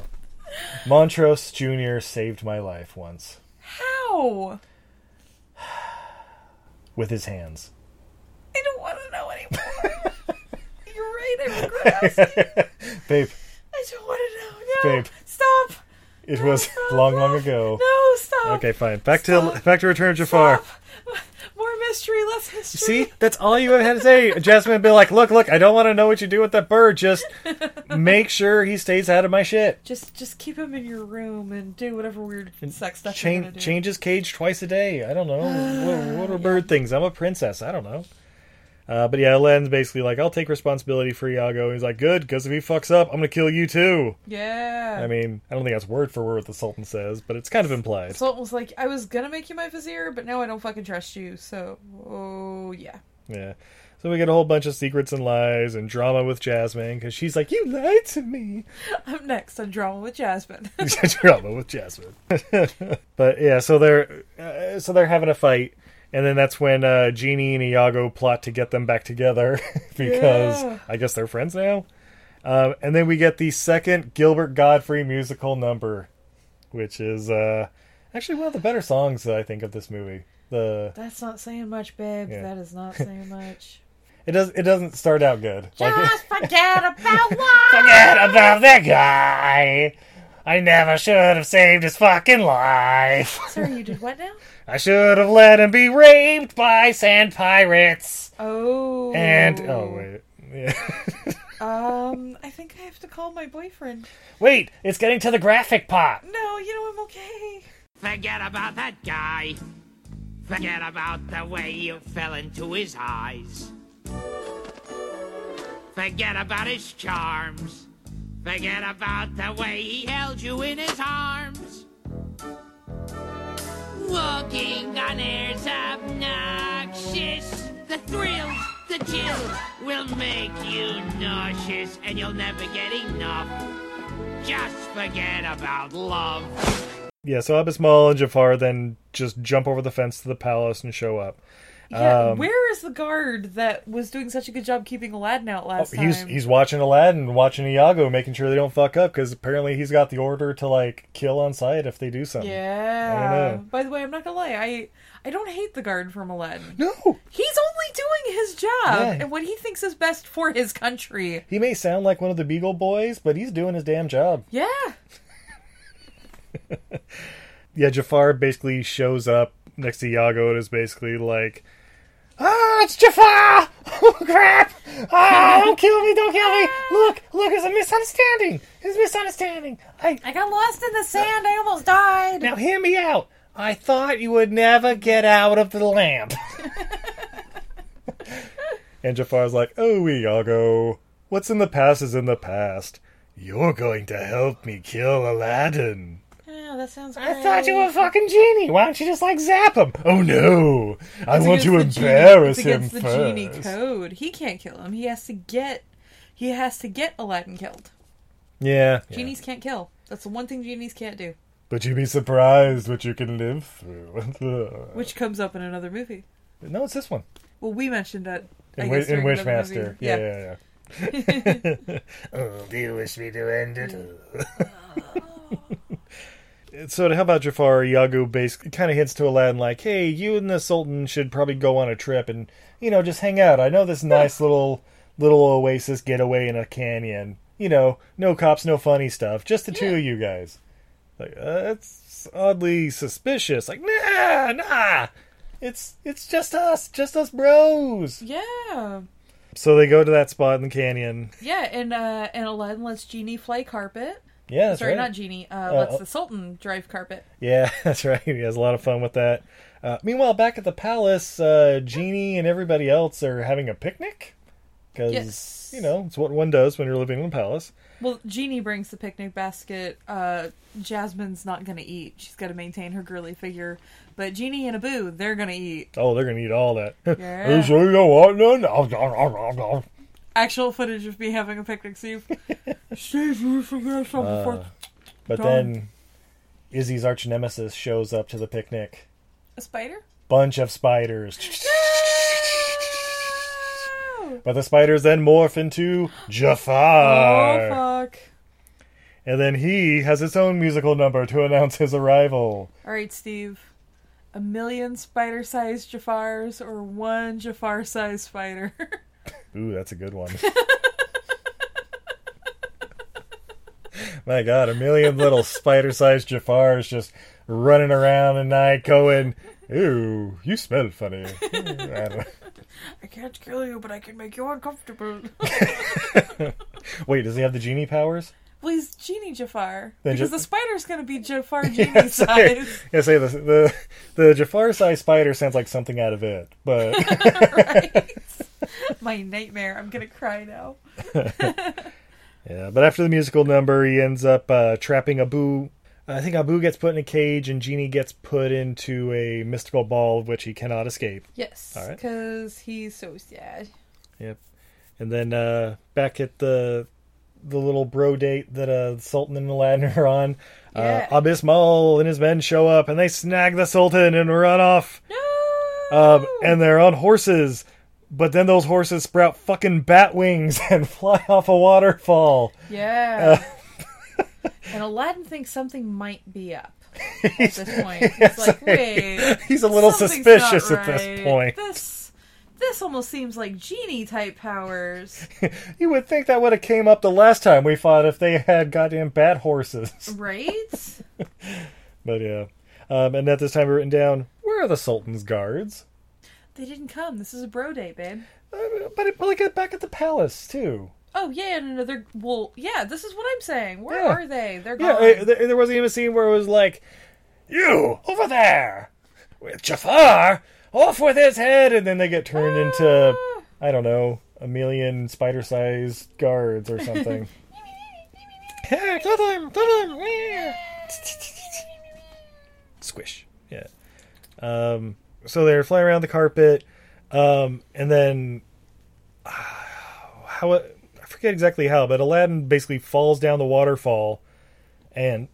Speaker 3: Montrose Jr. saved my life once
Speaker 7: How?
Speaker 3: with his hands.
Speaker 7: I don't want to know anymore. You're right. I regret asking.
Speaker 3: Babe,
Speaker 7: I don't want to know. No,
Speaker 3: Babe.
Speaker 7: stop.
Speaker 3: it was long, long ago.
Speaker 7: No, stop.
Speaker 3: Okay, fine. Back to
Speaker 7: Stop.
Speaker 3: back to Return of Jafar.
Speaker 7: Stop. More mystery, less history.
Speaker 3: See, that's all you had to say. Jasmine would be like, "Look, look, I don't want to know what you do with that bird. Just make sure he stays out of my shit.
Speaker 7: Just, just keep him in your room and do whatever weird sex stuff you're gonna
Speaker 3: Change
Speaker 7: do.
Speaker 3: change his cage twice a day. I don't know what, what are bird things. I'm a princess. I don't know." Uh, but yeah, Aladdin's basically like, "I'll take responsibility for Iago." He's like, "Good, because if he fucks up, I'm gonna kill you too."
Speaker 7: Yeah.
Speaker 3: I mean, I don't think that's word for word what the Sultan says, but it's kind of implied.
Speaker 7: Sultan was like, I was gonna make you my vizier, but now I don't fucking trust you. So, oh yeah.
Speaker 3: Yeah. So we get a whole bunch of secrets and lies and drama with Jasmine because she's like, "You lied to me."
Speaker 7: I'm next on drama with Jasmine.
Speaker 3: drama with Jasmine. but yeah, so they're uh, so they're having a fight, and then that's when uh, Genie and Iago plot to get them back together because
Speaker 7: Yeah.
Speaker 3: I guess they're friends now. Um, and then we get the second Gilbert Godfrey musical number, which is uh, actually one of the better songs I think of this movie. The
Speaker 7: That's not saying much, babe.
Speaker 3: Yeah.
Speaker 7: That is not saying much.
Speaker 3: it does it doesn't start out good. Like,
Speaker 7: Just forget about what.
Speaker 3: Forget about that guy. I never should have saved his fucking life.
Speaker 7: Sorry, you did what now?
Speaker 3: I should have let him be raped by sand pirates.
Speaker 7: Oh.
Speaker 3: And oh wait, yeah.
Speaker 7: Um, I think I have to call my boyfriend.
Speaker 3: wait, it's getting to the graphic part.
Speaker 7: No, you know I'm okay.
Speaker 6: Forget about that guy. Forget about the way you fell into his eyes. Forget about his charms. Forget about the way he held you in his arms. Walking on air's obnoxious. The thrills, the chills will make you nauseous, and you'll never get enough. Just forget about love.
Speaker 3: Yeah, so Abismal and Jafar then just jump over the fence to the palace and show up.
Speaker 7: Yeah,
Speaker 3: Um,
Speaker 7: where is the guard that was doing such a good job keeping Aladdin out last time?
Speaker 3: Oh, He's he's watching Aladdin, watching Iago, making sure they don't fuck up because apparently he's got the order to like kill on sight if they do something. I
Speaker 7: yeah.
Speaker 3: don't know.
Speaker 7: By the way, I'm not gonna lie. I I don't hate the guard from Aladdin.
Speaker 3: No,
Speaker 7: He's only doing his job
Speaker 3: Yeah.
Speaker 7: and what he thinks is best for his country.
Speaker 3: he may sound like one of the Beagle Boys, but he's doing his damn job.
Speaker 7: Yeah.
Speaker 3: yeah, Jafar basically shows up next to Yago and is basically like, "Ah, it's Jafar! Oh crap! Ah, don't kill me! Don't kill me! Look, look! It's a misunderstanding. It's a misunderstanding. I
Speaker 7: I got lost in the sand. I almost died.
Speaker 3: now hear me out. I thought you would never get out of the lamp." and Jafar's like, "Oh, Iago, what's in the past is in the past. You're going to help me kill Aladdin."
Speaker 7: Yeah, that sounds great.
Speaker 3: I thought you were a fucking genie. Why don't you just like zap him? Oh no, I
Speaker 7: It's
Speaker 3: want to
Speaker 7: against the genie-
Speaker 3: embarrass
Speaker 7: it's
Speaker 3: him
Speaker 7: against the genie
Speaker 3: first.
Speaker 7: code. He can't kill him. He has to get he has to get Aladdin killed.
Speaker 3: yeah,
Speaker 7: Genies can't kill. That's the one thing genies can't do,
Speaker 3: but you'd be surprised what you can live through.
Speaker 7: which comes up in another movie.
Speaker 3: no, it's this one.
Speaker 7: Well, we mentioned that I
Speaker 3: In,
Speaker 7: guess,
Speaker 3: Wi- in
Speaker 7: during another
Speaker 3: Wishmaster.
Speaker 7: movie.
Speaker 3: Yeah, yeah, yeah. oh, do you wish me to end it? so to help out Jafar, Yagu base kind of hints to Aladdin like, "Hey, you and the Sultan should probably go on a trip and you know just hang out. I know this nice little little oasis getaway in a canyon. You know, no cops, no funny stuff. Just the two of you guys. Like uh, that's oddly suspicious. Like, nah, nah." It's it's just us, just us bros.
Speaker 7: yeah. Yeah.
Speaker 3: So they go to that spot in the canyon.
Speaker 7: Yeah, and uh and Aladdin lets Genie fly carpet.
Speaker 3: Yeah, that's
Speaker 7: Sorry,
Speaker 3: right.
Speaker 7: not Genie. Uh, lets
Speaker 3: oh.
Speaker 7: the Sultan drive carpet.
Speaker 3: Yeah, that's right. He has a lot of fun with that. Uh, meanwhile, back at the palace, uh, Genie and everybody else are having a picnic because
Speaker 7: Yes.
Speaker 3: you know it's what one does when you're living in a palace.
Speaker 7: Well, Jeannie brings the picnic basket. Uh, Jasmine's not going to eat. She's got to maintain her girly figure. But Jeannie and Abu, they're going to eat.
Speaker 3: Oh, they're gonna eat all that.
Speaker 7: Yeah.
Speaker 3: Hey, so you know what? No, no, no, no, no, no.
Speaker 7: Actual footage of me having a picnic, Steve. Steve, you forgot something. for-
Speaker 3: But then Izzy's arch nemesis shows up to the picnic.
Speaker 7: A spider?
Speaker 3: Bunch of spiders, but the spiders then morph into Uh, Jafar.
Speaker 7: Oh, fuck.
Speaker 3: And then he has his own musical number to announce his arrival.
Speaker 7: All right, Steve. A million spider sized Jafars or one Jafar sized spider?
Speaker 3: Ooh, that's a good one. My God, a million little spider-sized Jafars just running around at night, going, "Ooh, you smell funny." Ooh, I don't know.
Speaker 7: I can't kill you, but I can make you uncomfortable.
Speaker 3: Wait, does he have the genie powers?
Speaker 7: well, he's Genie Jafar.
Speaker 3: Then
Speaker 7: because
Speaker 3: Ja-
Speaker 7: the spider's going to be Jafar Genie
Speaker 3: Yeah, say,
Speaker 7: size.
Speaker 3: yeah, say this. The the Jafar-sized spider sounds like something out of it, but.
Speaker 7: My nightmare. I'm gonna cry now.
Speaker 3: Yeah, but after the musical number, he ends up uh, trapping Abu. I think Abu gets put in a cage, and Genie gets put into a mystical ball of which he cannot escape.
Speaker 7: Yes,
Speaker 3: All right.
Speaker 7: because he's so sad.
Speaker 3: Yep. And then uh, back at the the little bro date that uh, Sultan and Aladdin are on,
Speaker 7: Yeah.
Speaker 3: uh, Abismal and his men show up, and they snag the Sultan and run off.
Speaker 7: No.
Speaker 3: Um, and they're on horses, but then those horses sprout fucking bat wings and fly off a waterfall. Uh,
Speaker 7: yeah. and Aladdin thinks something might be up at this point. He's like, wait,
Speaker 3: He's a little
Speaker 7: something's not
Speaker 3: suspicious at this
Speaker 7: right.
Speaker 3: point.
Speaker 7: This this almost seems like genie type powers,
Speaker 3: You would think that would have came up the last time we fought if they had goddamn bat horses.
Speaker 7: right?
Speaker 3: But yeah. Um, and at this time, we're written down, where are the Sultan's guards?
Speaker 7: they didn't come. This is a bro day, babe.
Speaker 3: Uh, But it probably got back at the palace, too.
Speaker 7: Oh yeah, and another. Well, yeah. This is what I'm saying. Where
Speaker 3: Yeah.
Speaker 7: are they? They're
Speaker 3: Yeah,
Speaker 7: gone.
Speaker 3: uh, there, there wasn't even a scene where it was like, you, over there, with Jafar, off with his head, and then they get turned into,
Speaker 7: Ah.
Speaker 3: I don't know, a million spider sized guards or something. Hey, kill them, kill them, yeah. Squish. Yeah. Um, so they're flying around the carpet, um, and then uh, how it- I forget exactly how, but Aladdin basically falls down the waterfall, and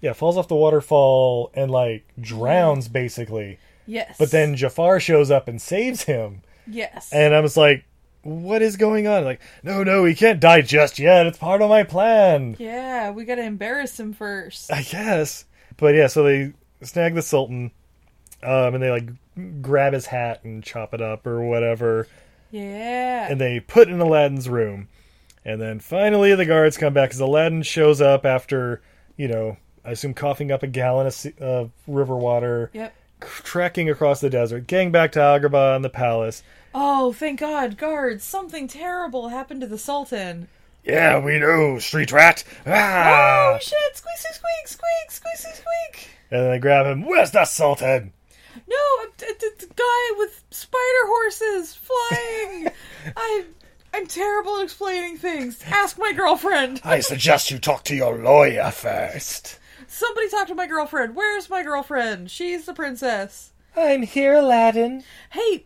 Speaker 3: yeah, falls off the waterfall and like drowns basically.
Speaker 7: yes.
Speaker 3: But then Jafar shows up and saves him,
Speaker 7: Yes.
Speaker 3: and I was like, "What is going on?" Like, no, no, he can't die just yet. It's part of my plan.
Speaker 7: Yeah, we gotta embarrass him first.
Speaker 3: I guess. But yeah, so they snag the Sultan, um, and they like grab his hat and chop it up or whatever,
Speaker 7: Yeah.
Speaker 3: and they put it in Aladdin's room. And then finally the guards come back because Aladdin shows up after, you know, I assume coughing up a gallon of se- of river water,
Speaker 7: yep.
Speaker 3: c- trekking across the desert, getting back to Agrabah and the palace.
Speaker 7: Oh, thank God, guards! Something terrible happened to the Sultan.
Speaker 3: Yeah, we know, street rat.
Speaker 7: Oh
Speaker 3: Ah!
Speaker 7: shit! Squeak, squeak, squeak, squeak, squeak, squeak, squeak.
Speaker 3: And then they grab him. Where's the Sultan?
Speaker 7: No, I'm- it's it's a guy with spider horses flying. I, I'm terrible at explaining things. Ask my girlfriend.
Speaker 3: I suggest you talk to your lawyer first.
Speaker 7: Somebody talk to my girlfriend. Where's my girlfriend? She's the princess.
Speaker 3: I'm here, Aladdin.
Speaker 7: Hey,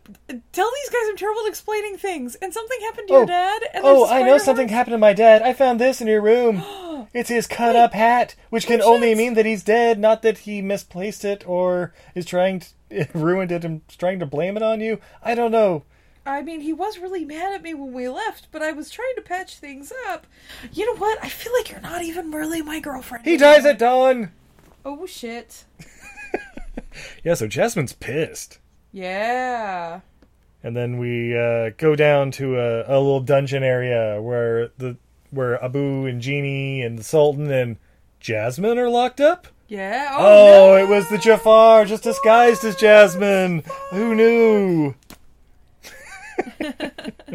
Speaker 7: tell these guys I'm terrible at explaining things. And something happened to
Speaker 3: Oh.
Speaker 7: your dad. And
Speaker 3: oh,
Speaker 7: there's
Speaker 3: I know
Speaker 7: spider
Speaker 3: something
Speaker 7: hearts.
Speaker 3: happened to my dad. I found this in your room. it's his cut up hat, which can
Speaker 7: Which
Speaker 3: only
Speaker 7: is-
Speaker 3: mean that he's dead, not that he misplaced it or is trying to ruined it and trying to blame it on you. I don't know.
Speaker 7: I mean, he was really mad at me when we left, but I was trying to patch things up. You know what? I feel like you're not even really my girlfriend.
Speaker 3: He dies at dawn.
Speaker 7: Oh shit.
Speaker 3: Yeah, so Jasmine's pissed.
Speaker 7: Yeah.
Speaker 3: And then we uh, go down to a, a little dungeon area where the where Abu and Genie and the Sultan and Jasmine are locked up.
Speaker 7: Yeah.
Speaker 3: Oh,
Speaker 7: no.
Speaker 3: it was the Jafar just disguised as Jasmine. Who knew?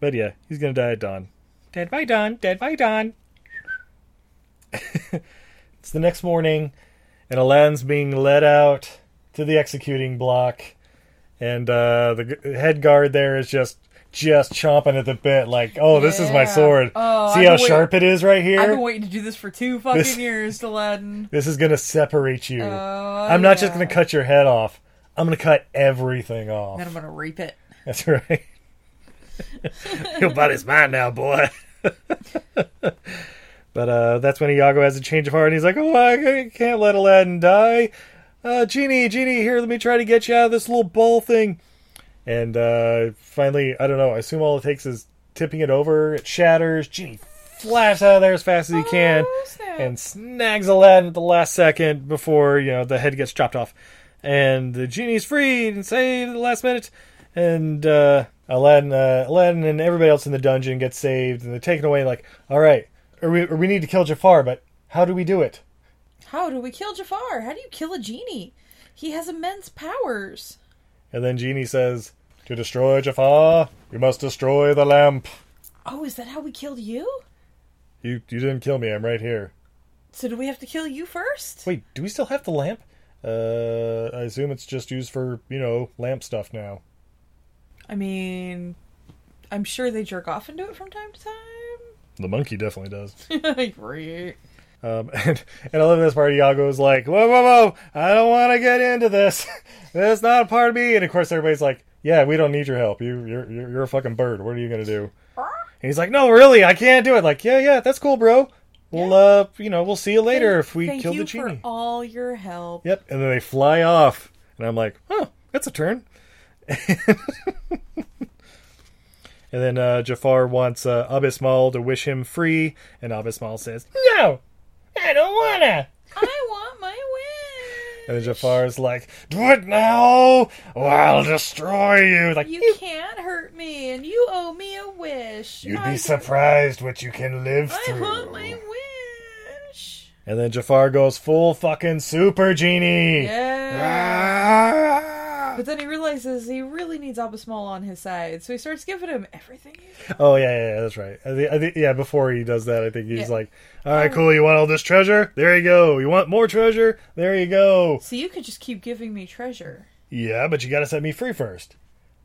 Speaker 3: but yeah, he's gonna die at dawn. Dead by dawn. Dead by dawn. it's the next morning, and Aladdin's being led out to the executing block, and uh, the g- head guard there is just just chomping at the bit, like, "Oh, this is my
Speaker 7: Yeah.
Speaker 3: sword.
Speaker 7: Oh,
Speaker 3: See
Speaker 7: I've
Speaker 3: how
Speaker 7: been wait-
Speaker 3: sharp it is right here."
Speaker 7: I've been waiting to do this for two fucking
Speaker 3: This-
Speaker 7: years, Aladdin.
Speaker 3: This is going to separate you.
Speaker 7: Oh,
Speaker 3: I'm not just
Speaker 7: yeah.
Speaker 3: going to cut your head off. I'm going to cut everything off.
Speaker 7: Then I'm gonna reap it.
Speaker 3: That's right. your body's mine now, boy. but uh, that's when Iago has a change of heart and he's like, oh, I can't let Aladdin die. Uh, Genie, Genie, here, let me try to get you out of this little ball thing. And uh, finally, I don't know, I assume all it takes is tipping it over. It shatters. Genie flaps out of there as fast as he can
Speaker 7: Oh, snap.
Speaker 3: and snags Aladdin at the last second before you know the head gets chopped off, and the genie's freed and saved at the last minute, and uh, Aladdin, uh, Aladdin, and everybody else in the dungeon gets saved and they're taken away. Like, all right, or we, or we need to kill Jafar, but how do we do it?
Speaker 7: How do we kill Jafar? How do you kill a genie? He has immense powers.
Speaker 3: And then Genie says, "To destroy Jafar, you must destroy the lamp.
Speaker 7: Oh, is that how we killed you?
Speaker 3: You you didn't kill me. I'm right here.
Speaker 7: So do we have to kill you first?
Speaker 3: Wait, do we still have the lamp? Uh, I assume it's just used for you know lamp stuff now."
Speaker 7: I mean, I'm sure they jerk off and do it from time to time.
Speaker 3: The monkey definitely does.
Speaker 7: right.
Speaker 3: Um, and, and I love this part. Iago's like, whoa, whoa, whoa, I don't want to get into this. That's not a part of me. And of course, everybody's like, yeah, we don't need your help. You, you're, you're you're a fucking bird. What are you going to do? And he's like, no, really, I can't do it. Like, yeah, yeah, that's cool, bro. We'll, uh, you know, we'll see you later if we
Speaker 7: Thank
Speaker 3: kill
Speaker 7: you
Speaker 3: the genie.
Speaker 7: for all your help.
Speaker 3: Yep. And then they fly off. And I'm like, oh, that's a turn. and then uh, Jafar wants uh, Abismal to wish him free. And Abismal says, no, I don't want to.
Speaker 7: I want my
Speaker 3: And
Speaker 7: win.
Speaker 3: then Jafar's like, Do it now, or Oh, I'll destroy you. Like,
Speaker 7: You can't hurt me, and you owe me a wish.
Speaker 3: you'd
Speaker 7: I-
Speaker 3: be surprised what you can live
Speaker 7: I want
Speaker 3: through.
Speaker 7: my wish.
Speaker 3: And then Jafar goes full fucking super genie.
Speaker 7: Yeah.
Speaker 3: Ah!
Speaker 7: But then he realizes he really needs Abismal on his side, so he starts giving him everything. He's...
Speaker 3: Oh, yeah, yeah, yeah, that's right. I thi- I thi- yeah, before he does that, I think
Speaker 7: Yeah.
Speaker 3: he's like, All right, cool, you want all this treasure? There you go. You want more treasure? There you go.
Speaker 7: So you could just keep giving me treasure.
Speaker 3: Yeah, but you gotta set me free first.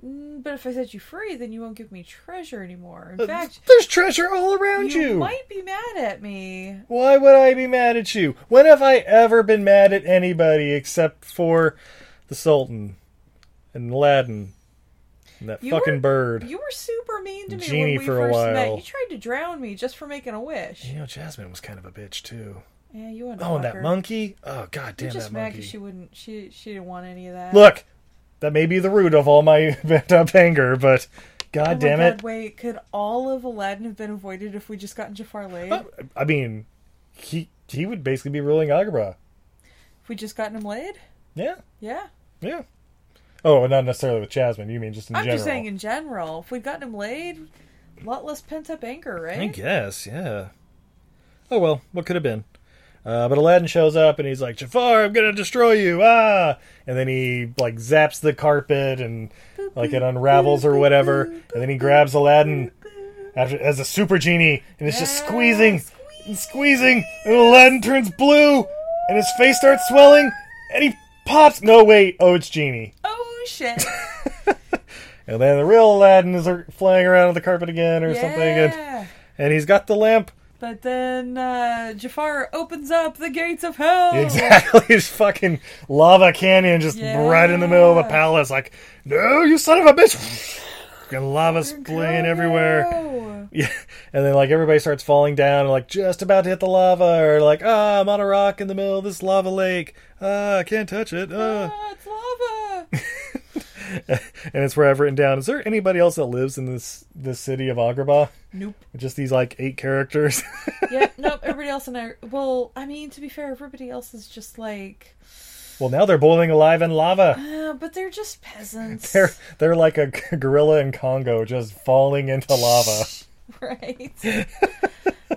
Speaker 7: Mm, But if I set you free, then you won't give me treasure anymore. In
Speaker 3: But
Speaker 7: fact,
Speaker 3: There's treasure Oh, all around you.
Speaker 7: you might be mad at me.
Speaker 3: Why would I be mad at you? When have I ever been mad at anybody except for the Sultan and Aladdin and that
Speaker 7: You
Speaker 3: fucking
Speaker 7: were-
Speaker 3: bird?
Speaker 7: You were super mean to me
Speaker 3: Genie
Speaker 7: when we
Speaker 3: for a
Speaker 7: first
Speaker 3: while.
Speaker 7: met. You tried to drown me just for making a wish.
Speaker 3: You know, Jasmine was kind of a bitch too.
Speaker 7: Yeah, you and
Speaker 3: Oh, and that monkey! Oh, god
Speaker 7: You're
Speaker 3: damn
Speaker 7: just
Speaker 3: that
Speaker 7: mad 'cause
Speaker 3: monkey!
Speaker 7: she wouldn't. She she didn't want any of that.
Speaker 3: Look, that may be the root of all my pent up anger, but god
Speaker 7: Oh my
Speaker 3: damn
Speaker 7: God,
Speaker 3: it!
Speaker 7: Wait, could all of Aladdin have been avoided if we just gotten Jafar laid?
Speaker 3: I mean, he he would basically be ruling Agra.
Speaker 7: If we just gotten him laid?
Speaker 3: Yeah,
Speaker 7: Yeah.
Speaker 3: yeah. Oh, not necessarily with Jasmine. You mean just in
Speaker 7: I'm
Speaker 3: general?
Speaker 7: just saying in general, if we'd gotten him laid, a lot less pent up anger, right?
Speaker 3: I guess, yeah. Oh well, what could have been? Uh, but Aladdin shows up and he's like, Jafar, I'm gonna destroy you! Ah! And then he like zaps the carpet and like it unravels or whatever. And then he grabs Aladdin after as a super genie and it's just squeezing and squeezing. And Aladdin turns blue and his face starts swelling and he pops. No wait, oh it's genie.
Speaker 7: Oh shit.
Speaker 3: And then the real Aladdin is uh, flying around on the carpet again or something. And,
Speaker 7: Yeah.
Speaker 3: and he's got the lamp.
Speaker 7: But then uh, Jafar opens up the gates of hell.
Speaker 3: Exactly. It's fucking lava canyon just
Speaker 7: Yeah.
Speaker 3: right in the middle of the palace. Like, no, you son of a bitch. And lava's playing
Speaker 7: Go,
Speaker 3: everywhere.
Speaker 7: go.
Speaker 3: Yeah. And then, like, everybody starts falling down and, like, just about to hit the lava. Or, like, ah, I'm on a rock in the middle of this lava lake. Ah, I can't touch it. Ah.
Speaker 7: Ah, it's lava.
Speaker 3: And it's where I've written down. Is there anybody else that lives in this, this city of Agrabah?
Speaker 7: Nope.
Speaker 3: Just these, like, eight characters.
Speaker 7: Yep. Nope. Everybody else in there. Well, I mean, to be fair, everybody else is just like,
Speaker 3: well, now they're boiling alive in lava.
Speaker 7: uh, but they're just peasants,
Speaker 3: They're they're like a g- gorilla in Congo, just falling into lava.
Speaker 7: right?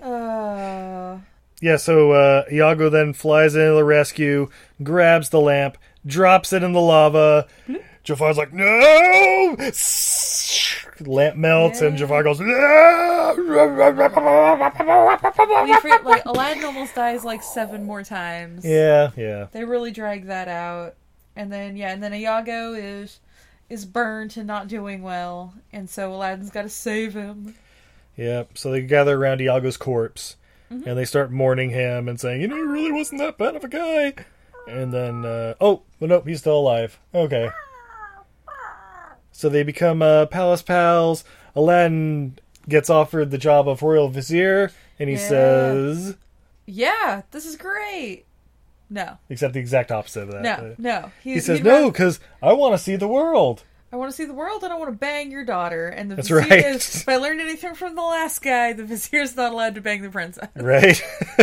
Speaker 7: uh,
Speaker 3: Yeah. So uh, Iago then flies into the rescue, grabs the lamp, drops it in the lava. Jafar's like, no! Lamp melts, and Jafar goes, no!
Speaker 7: we forget, like Aladdin almost dies like seven more times.
Speaker 3: Yeah, yeah.
Speaker 7: They really drag that out, and then yeah, and then Iago is is burnt and not doing well, and so Aladdin's got to save him.
Speaker 3: Yep. So they gather around Iago's corpse
Speaker 7: Mm-hmm.
Speaker 3: and they start mourning him and saying, you know, he really wasn't that bad of a guy. And then, uh, oh, well, nope, he's still alive. Okay. So they become uh, palace pals. Aladdin gets offered the job of royal vizier and he
Speaker 7: Yeah.
Speaker 3: says,
Speaker 7: Yeah, this is great. No,
Speaker 3: except the exact opposite of that. Uh,
Speaker 7: no, no.
Speaker 3: He says, no, because I want to see the world.
Speaker 7: I want to see the world and I want to bang your daughter. And the
Speaker 3: That's
Speaker 7: vizier
Speaker 3: right.
Speaker 7: is, if I learned anything from the last guy, the vizier's not allowed to bang the princess. No,
Speaker 3: Right?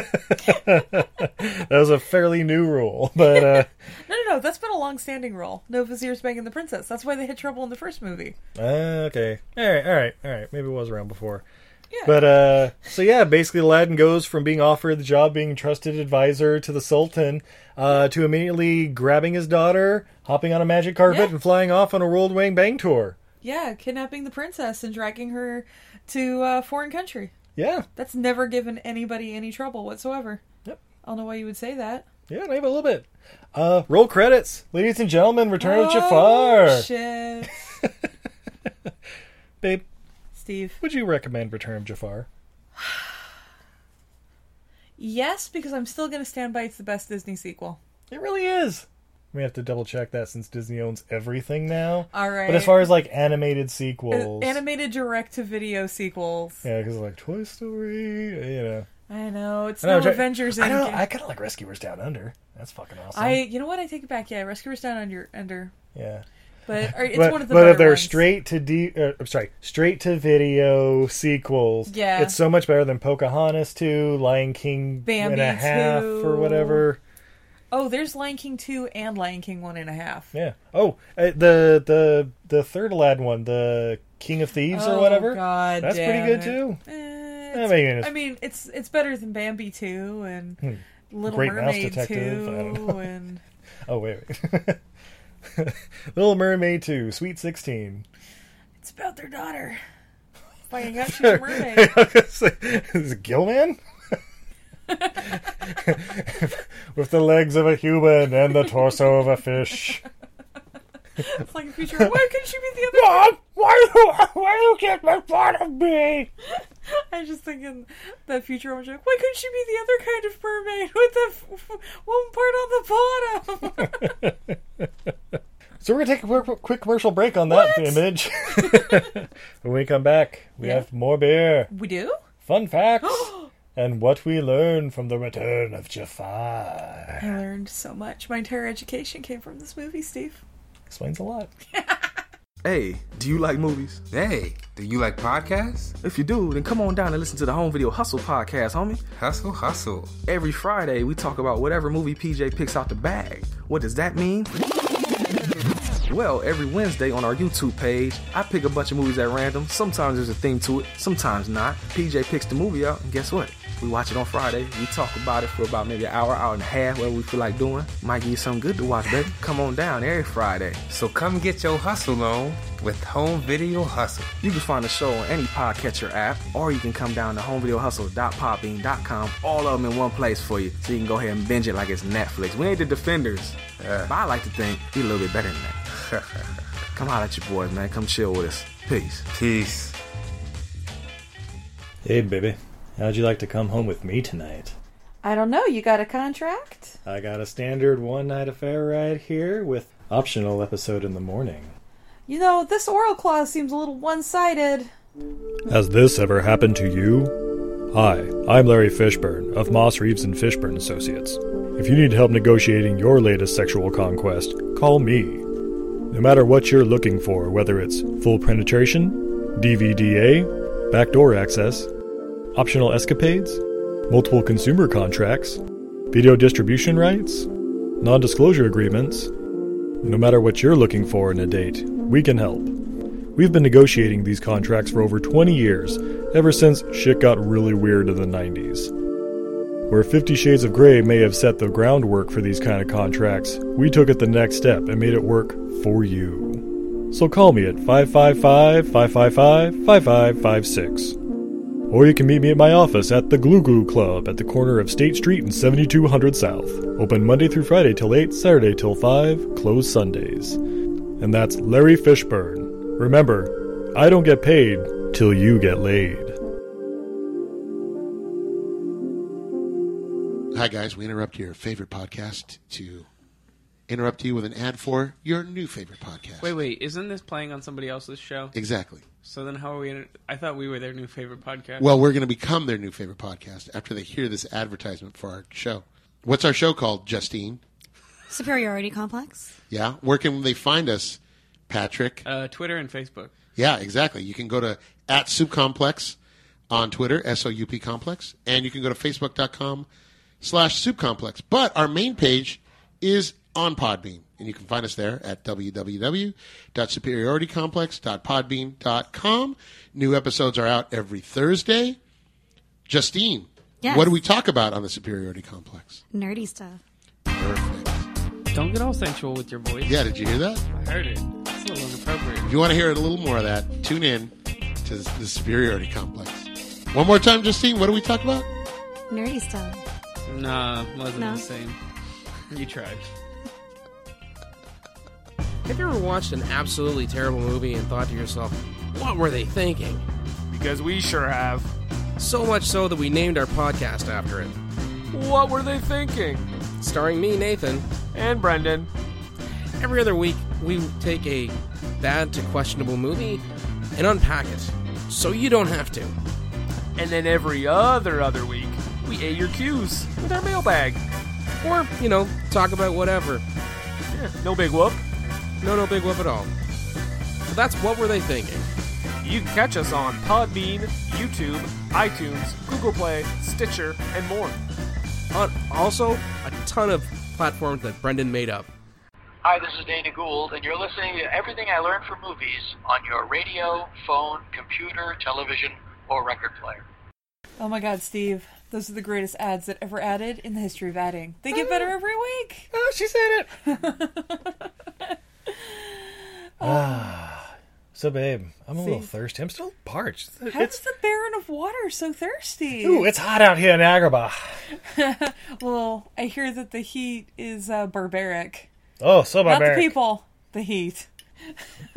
Speaker 3: that was a fairly new rule, but. Uh,
Speaker 7: no, no. That's been a long standing rule. No vizier's banging the princess. That's why they had trouble in the first movie.
Speaker 3: Uh, okay. All right. All right. All right. Maybe it was around before.
Speaker 7: Yeah.
Speaker 3: But uh, so yeah, basically, Aladdin goes from being offered the job, being trusted advisor to the Sultan, uh, to immediately grabbing his daughter, hopping on a magic carpet,
Speaker 7: Yeah.
Speaker 3: and flying off on a world wang bang tour.
Speaker 7: yeah, kidnapping the princess and dragging her to a foreign country.
Speaker 3: Yeah.
Speaker 7: That's never given anybody any trouble whatsoever.
Speaker 3: Yep.
Speaker 7: I don't know why you would say that.
Speaker 3: Yeah. Not even a little bit. Uh, roll credits, ladies and gentlemen. Return of
Speaker 7: Oh,
Speaker 3: Jafar.
Speaker 7: shit.
Speaker 3: Babe,
Speaker 7: Steve.
Speaker 3: would you recommend Return of Jafar?
Speaker 7: Yes, because I'm still going to stand by it's the best Disney sequel.
Speaker 3: It really is. We have to double check that since Disney owns everything now.
Speaker 7: All right. Uh,
Speaker 3: But as far as like animated sequels,
Speaker 7: Animated direct to video sequels.
Speaker 3: Yeah, because like Toy Story, you know.
Speaker 7: I know it's
Speaker 3: I know,
Speaker 7: no
Speaker 3: I'm try-
Speaker 7: Avengers.
Speaker 3: I don't know.
Speaker 7: Endgame.
Speaker 3: I kind of like Rescuers Down Under. That's fucking awesome.
Speaker 7: I, you know what? I take it back. Yeah, Rescuers Down Under, under,
Speaker 3: yeah.
Speaker 7: but or, it's
Speaker 3: but
Speaker 7: one of the.
Speaker 3: but
Speaker 7: better
Speaker 3: if they're
Speaker 7: ones.
Speaker 3: straight to D, uh, I'm sorry, straight to video sequels,
Speaker 7: Yeah.
Speaker 3: it's so much better than Pocahontas two, Lion King
Speaker 7: Bambi
Speaker 3: and a half
Speaker 7: 2.
Speaker 3: or whatever.
Speaker 7: Oh, there's Lion King two and Lion King one and a half.
Speaker 3: Yeah. Oh, uh, the the the third Aladdin one, the King of Thieves
Speaker 7: Oh,
Speaker 3: or whatever.
Speaker 7: God,
Speaker 3: That's
Speaker 7: damn
Speaker 3: pretty good
Speaker 7: it.
Speaker 3: too.
Speaker 7: Eh,
Speaker 3: I
Speaker 7: it's-
Speaker 3: mean, it's-
Speaker 7: I mean, it's it's better than Bambi two and Little
Speaker 3: Hmm. Great Mouse
Speaker 7: Mermaid
Speaker 3: Detective, I don't know.
Speaker 7: two and
Speaker 3: Oh wait, wait. Little Mermaid two, Sweet Sixteen.
Speaker 7: it's about their daughter. Finding out she's a mermaid.
Speaker 3: is it Gilman? With the legs of a human and the torso of a fish.
Speaker 7: It's like a future. Why couldn't she be the other?
Speaker 3: God, why you, why you can't make fun of me?
Speaker 7: I was just thinking that future was like, why couldn't she be the other kind of mermaid with the f- f- one part on the bottom?
Speaker 3: So we're going to take a quick, quick commercial break on that image. when we come back, we
Speaker 7: Yeah.
Speaker 3: have more beer,
Speaker 7: we do?
Speaker 3: fun facts, and what we learn from the return of Jafar.
Speaker 7: I learned so much. My entire education came from this movie, Steve.
Speaker 3: Explains a lot.
Speaker 8: Hey, do you like movies?
Speaker 5: Hey, do you like podcasts?
Speaker 8: If you do, then come on down and listen to the Home Video Hustle podcast, homie.
Speaker 5: Hustle, hustle.
Speaker 8: Every Friday, we talk about whatever movie PJ picks out the bag. What does that mean? Well, every Wednesday on our YouTube page, I pick a bunch of movies at random. Sometimes there's a theme to it, sometimes not. PJ picks the movie out, and guess what? We watch it on Friday. We talk about it for about maybe an hour, hour and a half, whatever we feel like doing. Might give you something good to watch, baby. Come on down every Friday.
Speaker 5: So come get your hustle on with Home Video Hustle.
Speaker 8: You can find the show on any podcatcher app, or you can come down to homevideohustle.podbean.com. All of them in one place for you, so you can go ahead and binge it like it's Netflix. We ain't the defenders, but I like to think we a little bit better than that. come holler at your boys, man. Come chill with us. Peace.
Speaker 5: Peace.
Speaker 3: Hey, baby.
Speaker 9: How'd you like to come home with me tonight?
Speaker 7: I don't know. You got a contract?
Speaker 9: I got a standard one night affair right here with optional episode in the morning.
Speaker 7: You know, this oral clause seems a little one sided.
Speaker 3: Has this ever happened to you? Hi, I'm Larry Fishburne of Moss Reeves and Fishburne Associates. If you need help negotiating your latest sexual conquest, call me. No matter what you're looking for, whether it's full penetration, DVDA, backdoor access, optional escapades, multiple consumer contracts, video distribution rights, non disclosure agreements, no matter what you're looking for in a date, we can help. We've been negotiating these contracts for over 20 years, ever since shit got really weird in the 90s. Where 50 Shades of Grey may have set the groundwork for these kind of contracts, we took it the next step and made it work for you. So call me at 555 555 5556. Or you can meet me at my office at the Glue Glue Club at the corner of State Street and 7200 South. Open Monday through Friday till 8, Saturday till 5, closed Sundays. And that's Larry Fishburne. Remember, I don't get paid till you get laid.
Speaker 10: Hi, guys. We interrupt your favorite podcast to interrupt you with an ad for your new favorite podcast.
Speaker 11: Wait, wait, isn't this playing on somebody else's show?
Speaker 10: Exactly.
Speaker 11: So then, how are we? In, I thought we were their new favorite podcast.
Speaker 10: Well, we're going to become their new favorite podcast after they hear this advertisement for our show. What's our show called, Justine?
Speaker 12: Superiority complex.
Speaker 10: Yeah. Where can they find us, Patrick?
Speaker 11: Uh, Twitter and Facebook.
Speaker 10: Yeah, exactly. You can go to at Soup Complex on Twitter, S O U P Complex, and you can go to Facebook.com slash Soup Complex. But our main page is on Podbean, and you can find us there at www.superioritycomplex.podbean.com. New episodes are out every Thursday. Justine,
Speaker 12: Yes.
Speaker 10: what do we talk about on the Superiority Complex?
Speaker 12: Nerdy stuff.
Speaker 11: Don't get all sensual with your voice.
Speaker 10: Yeah, did you hear that?
Speaker 11: I heard it. It's a little inappropriate.
Speaker 10: If you want to hear a little more of that, tune in to the Superiority Complex. One more time, Justine, what do we talk about?
Speaker 12: Nerdy stuff.
Speaker 11: Nah, wasn't
Speaker 12: No.
Speaker 11: the same. You tried. Have you ever watched an absolutely terrible movie and thought to yourself, what were they thinking? Because we sure have.
Speaker 13: So much so that we named our podcast after it.
Speaker 11: What were they thinking?
Speaker 13: Starring me, Nathan.
Speaker 11: And Brendan.
Speaker 13: Every other week, we take a bad to questionable movie and unpack it. So you don't have to.
Speaker 11: And then every other other week, we ate your cues with our mailbag.
Speaker 13: Or, you know, talk about whatever.
Speaker 11: no big whoop.
Speaker 13: No, no big whoop at all. So that's what were they thinking?
Speaker 14: You can catch us on Podbean, YouTube, iTunes, Google Play, Stitcher, and more.
Speaker 13: On Uh, also a ton of platforms that Brendan made up.
Speaker 15: Hi, this is Dana Gould, and you're listening to Everything I Learned from Movies on your radio, phone, computer, television, or record player.
Speaker 7: Oh my god, Steve. Those are the greatest ads that ever added in the history of adding. They get better every week.
Speaker 13: Oh, she said
Speaker 7: it.
Speaker 9: Ah. So, babe, I'm a little
Speaker 7: See?
Speaker 9: thirsty. I'm still parched.
Speaker 7: How is the Baron of Water so thirsty?
Speaker 9: Ooh, it's hot out here in Agrabah.
Speaker 7: well, I hear that the heat is uh, barbaric.
Speaker 9: Oh,
Speaker 7: Not
Speaker 9: so
Speaker 7: the
Speaker 9: barbaric.
Speaker 7: people, the heat.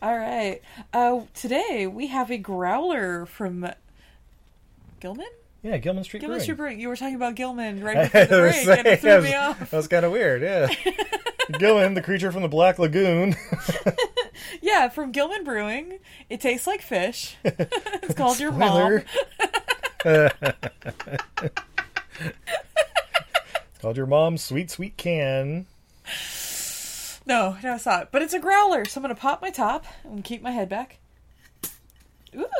Speaker 7: All right. Uh, today we have a growler from Gilman.
Speaker 9: Yeah, Gilman Street
Speaker 7: Gilman
Speaker 9: Brewing.
Speaker 7: Street Brewing. You were talking about Gilman
Speaker 9: I
Speaker 7: right before the
Speaker 9: was
Speaker 7: break, and it
Speaker 9: saying,
Speaker 7: threw
Speaker 9: that was-
Speaker 7: me off.
Speaker 9: That was kind of weird, yeah. Gilman, the creature from the Black Lagoon.
Speaker 7: Yeah, from Gilman Brewing. It tastes like fish. it's called your mom.
Speaker 9: Spoiler. Called your mom sweet, sweet can.
Speaker 7: No, no, it's not. But it's a growler, so I'm gonna pop my top and keep my head back.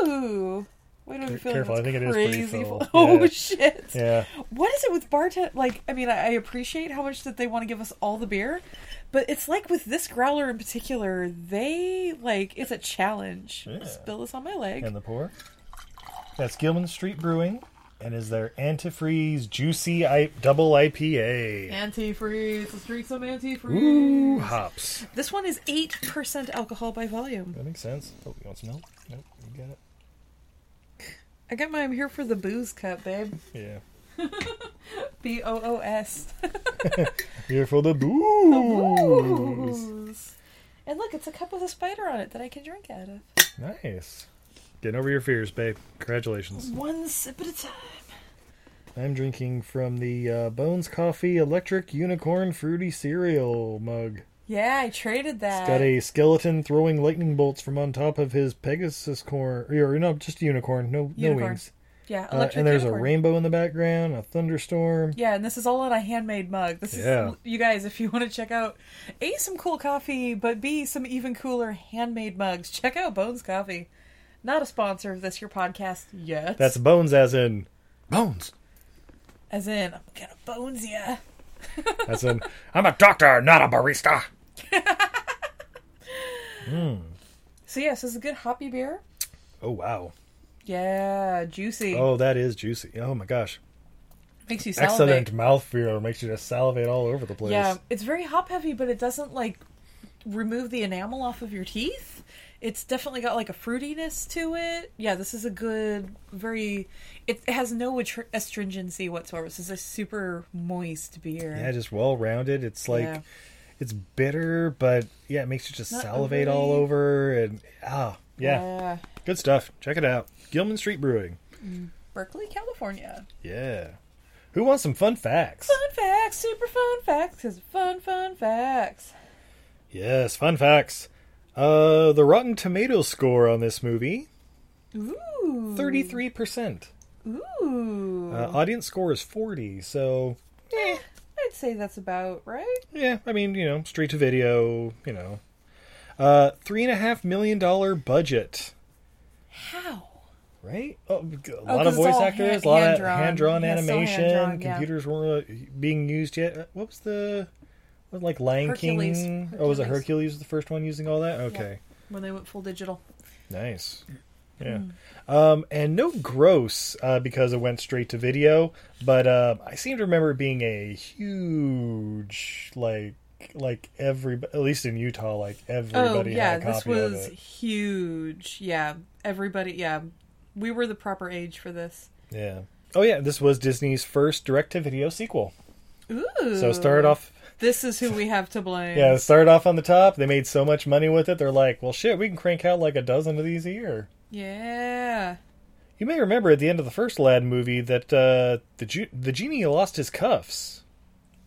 Speaker 7: Ooh. Wait, I'm
Speaker 9: Care-
Speaker 7: feeling
Speaker 9: careful, I
Speaker 7: that's
Speaker 9: think it is pretty
Speaker 7: crazy.
Speaker 9: full.
Speaker 7: Oh
Speaker 9: Yeah.
Speaker 7: shit!
Speaker 9: Yeah.
Speaker 7: What is it with bartend? Like, I mean, I, I appreciate how much that they want to give us all the beer, but it's like with this growler in particular, they like it's a challenge. Spill this on my leg.
Speaker 9: And the pour. That's Gilman Street Brewing. And is their antifreeze juicy I- double IPA.
Speaker 7: Antifreeze. Let's drink some antifreeze.
Speaker 9: Ooh, hops.
Speaker 7: This one is eight percent alcohol by volume.
Speaker 9: That makes sense. Oh, you want some milk? Nope, you got it.
Speaker 7: I got my I'm here for the booze cup, babe.
Speaker 9: Yeah.
Speaker 7: B O O S.
Speaker 9: Here for the booze.
Speaker 7: And look, it's a cup with a spider on it that I can drink out of.
Speaker 9: Nice.
Speaker 2: Getting over your fears, babe. Congratulations.
Speaker 7: One sip at a time.
Speaker 3: I'm drinking from the uh, Bones Coffee Electric Unicorn Fruity Cereal mug.
Speaker 7: Yeah, I traded that.
Speaker 3: It's got a skeleton throwing lightning bolts from on top of his Pegasus corn, or no, just a unicorn, no, no
Speaker 7: Unicorn.
Speaker 3: wings.
Speaker 7: Yeah,
Speaker 3: Uh,
Speaker 7: electric
Speaker 3: and there's
Speaker 7: unicorn.
Speaker 3: a rainbow in the background, a thunderstorm.
Speaker 7: Yeah, and this is all on a handmade mug. This
Speaker 3: Yeah.
Speaker 7: is you guys if you want to check out A some cool coffee, but B some even cooler handmade mugs. Check out Bones Coffee. Not a sponsor of this your podcast yet.
Speaker 3: That's bones, as in bones.
Speaker 7: as in I'm gonna bones ya.
Speaker 3: As in, I'm a doctor, not a barista. Mm.
Speaker 7: So yes, this is a good hoppy beer.
Speaker 3: Oh wow.
Speaker 7: Yeah, juicy.
Speaker 3: Oh, that is juicy. Oh my gosh.
Speaker 7: makes you salivate.
Speaker 3: Excellent mouthfeel makes you just salivate all over the place.
Speaker 7: Yeah, it's very hop heavy, but it doesn't like remove the enamel off of your teeth. It's definitely got like a fruitiness to it. Yeah, this is a good, very. It, it has no attr- astringency whatsoever. This is a super moist beer.
Speaker 3: Yeah, just well rounded. It's like
Speaker 7: Yeah.
Speaker 3: it's bitter, but yeah, it makes you just
Speaker 7: Not
Speaker 3: salivate
Speaker 7: overly-
Speaker 3: all over and ah, yeah.
Speaker 7: Yeah.
Speaker 3: Good stuff. Check it out. Gilman Street Brewing.
Speaker 7: Mm, Berkeley, California.
Speaker 3: Yeah. Who wants some fun facts?
Speaker 7: Fun facts, super fun facts, is fun, fun facts.
Speaker 3: Yes, fun facts. Uh the Rotten Tomatoes score on this movie,
Speaker 7: Ooh.
Speaker 3: 33%.
Speaker 7: Ooh.
Speaker 3: uh, audience score is 40, so
Speaker 7: Eh, I'd say that's about right.
Speaker 3: Yeah, I mean, you know, straight to video, you know. Uh, three and a half million dollar budget,
Speaker 7: How?
Speaker 3: right? Oh, g- a
Speaker 7: Oh,
Speaker 3: lot
Speaker 7: 'cause
Speaker 3: of
Speaker 7: it's
Speaker 3: voice
Speaker 7: all
Speaker 3: actors,
Speaker 7: hand-
Speaker 3: a lot
Speaker 7: hand-drawn.
Speaker 3: of hand drawn
Speaker 7: Yeah, it's all
Speaker 3: animation.
Speaker 7: hand-drawn, yeah.
Speaker 3: Computers weren't uh, being used yet. Uh, What was the was it like Lion
Speaker 7: Hercules.
Speaker 3: King? Oh, was it
Speaker 7: Hercules.
Speaker 3: Hercules the first one using all that? Okay,
Speaker 7: When they went full digital.
Speaker 3: nice. Yeah,
Speaker 7: Mm.
Speaker 3: um, and no gross uh, because it went straight to video. But um, I seem to remember it being a huge like like every at least in Utah like everybody
Speaker 7: oh yeah,
Speaker 3: had a copy
Speaker 7: this was
Speaker 3: of it.
Speaker 7: huge. Yeah, everybody. Yeah, we were the proper age for this.
Speaker 3: Yeah. Oh yeah, this was Disney's first direct-to-video sequel.
Speaker 7: Ooh.
Speaker 3: So it started off,
Speaker 7: This is who we have to blame.
Speaker 3: yeah, it started off on the top. They made so much money with it, they're like, well, shit, we can crank out like a dozen of these a year.
Speaker 7: Yeah.
Speaker 3: You may remember at the end of the first Aladdin movie that uh, the ju- the genie lost his cuffs,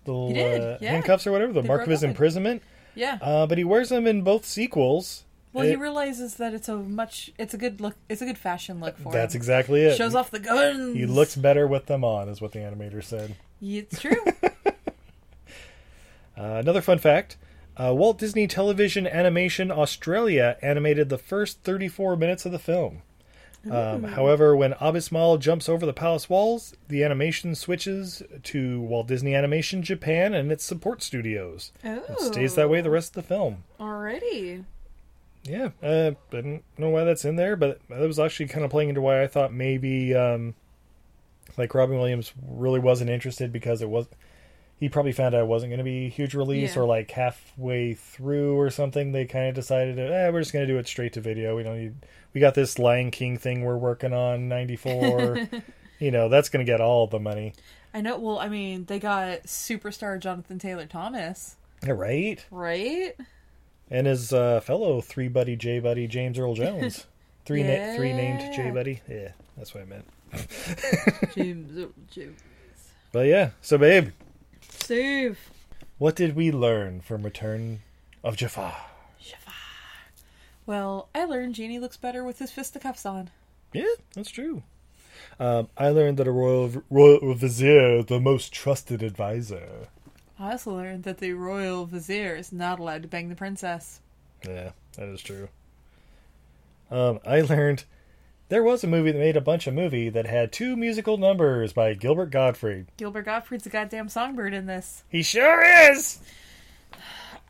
Speaker 3: the little
Speaker 7: He did,
Speaker 3: uh,
Speaker 7: yeah.
Speaker 3: handcuffs or whatever, the
Speaker 7: They
Speaker 3: mark
Speaker 7: broke
Speaker 3: of his
Speaker 7: up.
Speaker 3: imprisonment.
Speaker 7: Yeah.
Speaker 3: Uh, but he wears them in both sequels.
Speaker 7: Well,
Speaker 3: It-
Speaker 7: he realizes that it's a much. It's a good look. It's a good fashion look for him.
Speaker 3: that's exactly it.
Speaker 7: Shows off the guns.
Speaker 3: He looks better with them on, is what the animator said.
Speaker 7: Yeah, It's true.
Speaker 3: Uh, another fun fact uh, Walt Disney Television Animation Australia animated the first 34 minutes of the film. Um,
Speaker 16: Ooh.
Speaker 3: however, when Abismal jumps over the palace walls, the animation switches to Walt Disney Animation Japan and its support studios. It stays that way the rest of the film.
Speaker 7: Alrighty.
Speaker 3: Yeah, uh, I don't know why that's in there, but that was actually kind of playing into why I thought maybe um, like Robin Williams really wasn't interested because it was he probably found out it wasn't going to be a huge release
Speaker 16: Yeah.
Speaker 3: or like halfway through or something. They kind of decided, eh, we're just going to do it straight to video. We don't need we got this Lion King thing we're working on '94. you know that's going to get all the money,
Speaker 7: I know. Well, I mean, they got superstar Jonathan Taylor Thomas,
Speaker 3: Yeah, right?
Speaker 7: right?
Speaker 3: And his uh, fellow three buddy J buddy James Earl Jones, three na- three
Speaker 7: Yeah.
Speaker 3: named J buddy. Yeah, that's what I meant.
Speaker 7: James. Earl Jones.
Speaker 3: But yeah, so babe,
Speaker 7: Save.
Speaker 3: what did we learn from Return of Jafar?
Speaker 7: Well, I learned Genie looks better with his fisticuffs on.
Speaker 3: Yeah, that's true. Um, I learned that a royal royal vizier, is the most trusted advisor.
Speaker 7: I also learned that the royal vizier is not allowed to bang the princess.
Speaker 3: Yeah, that is true. Um, I learned there was a movie that made a bunch of movie that had two musical numbers by Gilbert Gottfried.
Speaker 7: Gilbert Gottfried's a goddamn songbird in this.
Speaker 3: He sure is.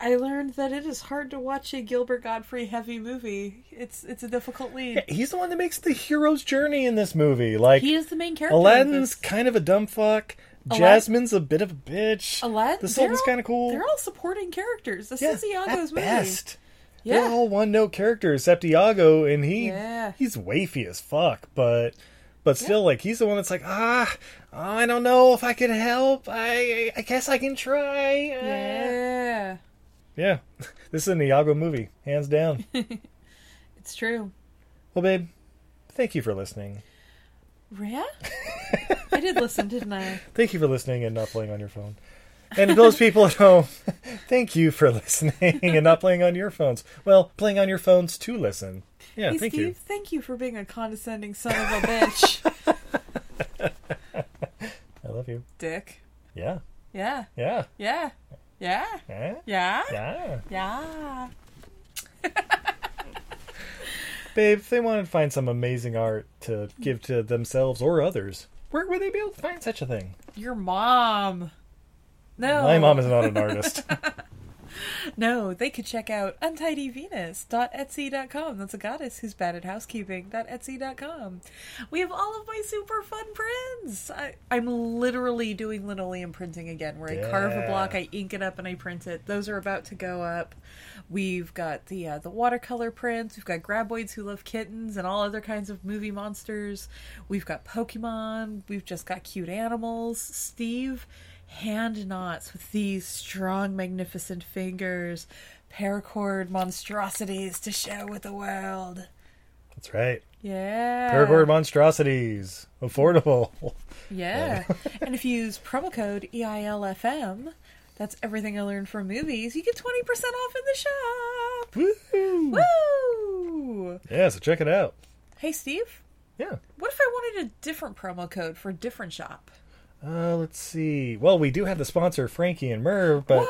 Speaker 7: I learned that it is hard to watch a Gilbert Godfrey heavy movie. It's it's a difficult lead.
Speaker 3: He's the one that makes the hero's journey in this movie. Like
Speaker 7: he is the main character. in
Speaker 3: Aladdin's
Speaker 7: this.
Speaker 3: kind of a dumb fuck.
Speaker 7: Aladdin-
Speaker 3: Jasmine's a bit of a bitch.
Speaker 7: Aladdin.
Speaker 3: the Sultan's
Speaker 7: they're all-
Speaker 3: kind of cool.
Speaker 7: They're all supporting characters. This is Iago's movie.
Speaker 3: best.
Speaker 7: Yeah.
Speaker 3: They're all one note characters except Iago, and he
Speaker 7: Yeah.
Speaker 3: he's wafy as fuck, but but still like he's the one that's like ah I don't know if I can help. I I guess I can try. Uh,
Speaker 7: Yeah,
Speaker 3: yeah. This is an Iago movie, hands down.
Speaker 7: it's true.
Speaker 3: well, babe, Thank you for listening.
Speaker 7: Yeah? I did listen, didn't I?
Speaker 3: Thank you for listening and not playing on your phone. And to those people at home, thank you for listening and not playing on your phones. Well, playing on your phones to listen. Yeah,
Speaker 7: hey,
Speaker 3: thank
Speaker 7: Steve,
Speaker 3: you.
Speaker 7: thank you for being a condescending son of a bitch.
Speaker 3: I love you.
Speaker 7: Dick.
Speaker 3: Yeah.
Speaker 7: Yeah.
Speaker 3: Yeah.
Speaker 7: Yeah. Yeah.
Speaker 3: Yeah.
Speaker 7: Yeah.
Speaker 3: Yeah.
Speaker 7: Yeah.
Speaker 3: Babe, if they wanted to find some amazing art to give to themselves or others, where would they be able to find such a thing?
Speaker 7: Your mom. No.
Speaker 3: My mom is not an artist.
Speaker 7: no, they could check out untidyvenus.etsy.com. That's a goddess who's bad at housekeeping.etsy.com. We have all of my super fun prints. I, I'm literally doing linoleum printing again, where I carve a
Speaker 17: Yeah.
Speaker 7: block, I ink it up, and I print it. Those are about to go up. We've got the uh, the watercolor prints. We've got graboids who love kittens and all other kinds of movie monsters. We've got Pokemon. We've just got cute animals. Steve hand knots with these strong, magnificent fingers, paracord monstrosities to share with the world.
Speaker 3: That's right.
Speaker 7: Yeah.
Speaker 3: Paracord monstrosities. Affordable.
Speaker 7: Yeah. and if you use promo code E EILFM, that's everything I learned from movies, you get 20% off in the shop.
Speaker 3: Woo!
Speaker 7: Woo!
Speaker 3: Yeah, so check it out.
Speaker 7: Hey, Steve?
Speaker 3: Yeah.
Speaker 7: What if I wanted a different promo code for a different shop?
Speaker 3: Uh, let's see. Well, we do have the sponsor Frankie and Merv, but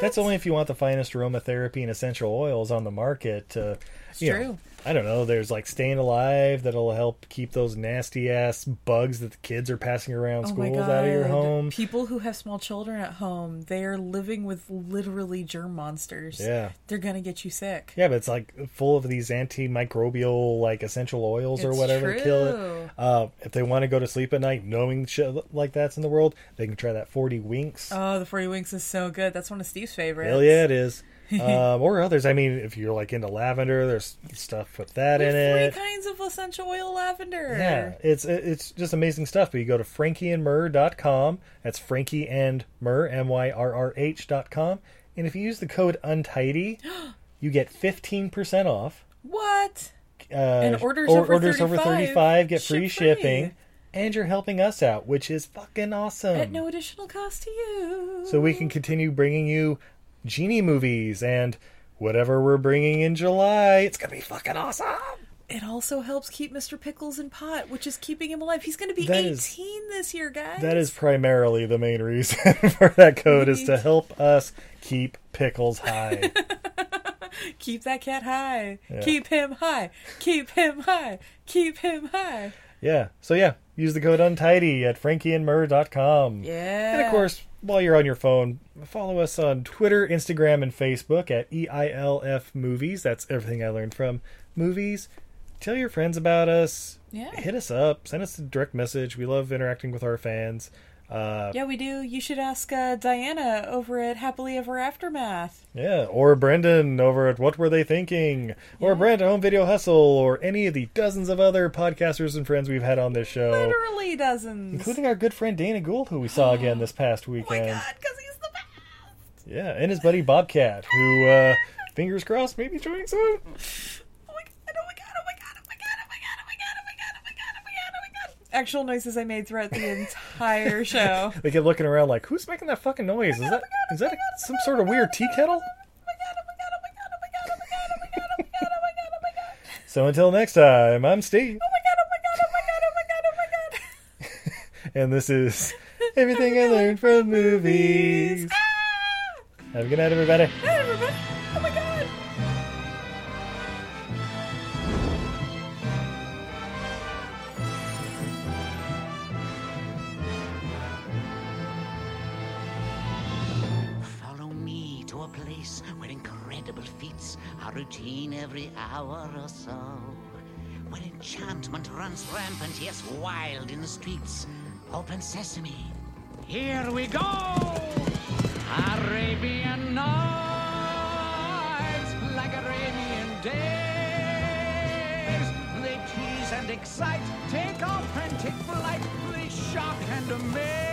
Speaker 3: that's only if you want the finest aromatherapy and essential oils on the market. Uh,
Speaker 7: It's
Speaker 3: you know,
Speaker 7: true.
Speaker 3: I don't know. There's like Staying Alive that'll help keep those nasty ass bugs that the kids are passing around schools out of your home.
Speaker 7: Oh People who have small children at home, they are living with literally germ monsters.
Speaker 3: Yeah.
Speaker 7: They're going to get you sick.
Speaker 3: Yeah, but it's like full of these antimicrobial like essential oils or
Speaker 7: It's
Speaker 3: whatever to kill
Speaker 7: true.
Speaker 3: it. Uh, if they want to go to sleep at night knowing shit like that's in the world, they can try that 40 winks.
Speaker 7: Oh, the 40 Winks is so good. That's one of Steve's favorites.
Speaker 3: Hell yeah, it is. um, or others. I mean, if you're like into lavender, there's stuff with that
Speaker 7: We have
Speaker 3: in
Speaker 7: three
Speaker 3: it.
Speaker 7: kinds of essential oil lavender.
Speaker 3: Yeah, it's it's just amazing stuff. But you go to frankieandmyrrh.com. That's Frankie and Myrrh, M Y R R H dot com. And if you use the code untidy, you get fifteen percent off.
Speaker 7: What?
Speaker 3: Uh,
Speaker 7: And orders over
Speaker 3: orders over
Speaker 7: 35,
Speaker 3: thirty-five get free
Speaker 7: ship free.
Speaker 3: shipping, and you're helping us out, which is fucking awesome.
Speaker 7: At no additional cost to you.
Speaker 3: so we can continue bringing you genie movies and whatever we're bringing in July. It's gonna be fucking awesome.
Speaker 7: It also helps keep Mr. Pickles in pot, which is keeping him alive. He's going to be
Speaker 3: That
Speaker 7: 18
Speaker 3: is-
Speaker 7: this year, guys.
Speaker 3: That is primarily the main reason for that code is to help us keep pickles high.
Speaker 7: Keep that cat high.
Speaker 3: Yeah.
Speaker 7: Keep him high. Keep him high. Keep him high.
Speaker 3: yeah. So yeah, use the code untidy at frankieandmurr.com.
Speaker 7: Yeah.
Speaker 3: And of course, while you're on your phone, follow us on Twitter, Instagram, and Facebook at E EILF Movies. That's everything I learned from movies. Tell your friends about us.
Speaker 7: Yeah.
Speaker 3: Hit us up. Send us a direct message. We love interacting with our fans. Uh,
Speaker 7: Yeah, we do. You should ask uh, Diana over at Happily Ever Aftermath.
Speaker 3: Yeah, or Brendan over at What Were They Thinking? Or Brent at Home Video Hustle, or any of the dozens of other podcasters and friends we've had on this show.
Speaker 7: Literally dozens.
Speaker 3: Including our good friend Dana Gould, who we saw again this
Speaker 7: Oh
Speaker 3: past weekend.
Speaker 7: because he's the Oh
Speaker 3: best! Yeah, and his buddy Bobcat, who, uh, fingers crossed, may be joining soon.
Speaker 7: oh oh Actual noises I made throughout the entire show. Oh
Speaker 3: they kept looking around like, who's making that fucking noise? Is that, is that a- some sort of weird tea kettle?
Speaker 7: oh
Speaker 3: So until next time, I'm Steve.
Speaker 7: oh
Speaker 3: And this is Everything I Learned from Movies. Have a good night, everybody.
Speaker 7: Oh my god!
Speaker 18: Follow me to a place where incredible feats are routine every hour or so. Where enchantment runs rampant, yes, wild in the streets. Open sesame. Here we go!
Speaker 6: Arabian Nights, like Arabian Days. They tease and excite, take off and take flight, they shock and amaze.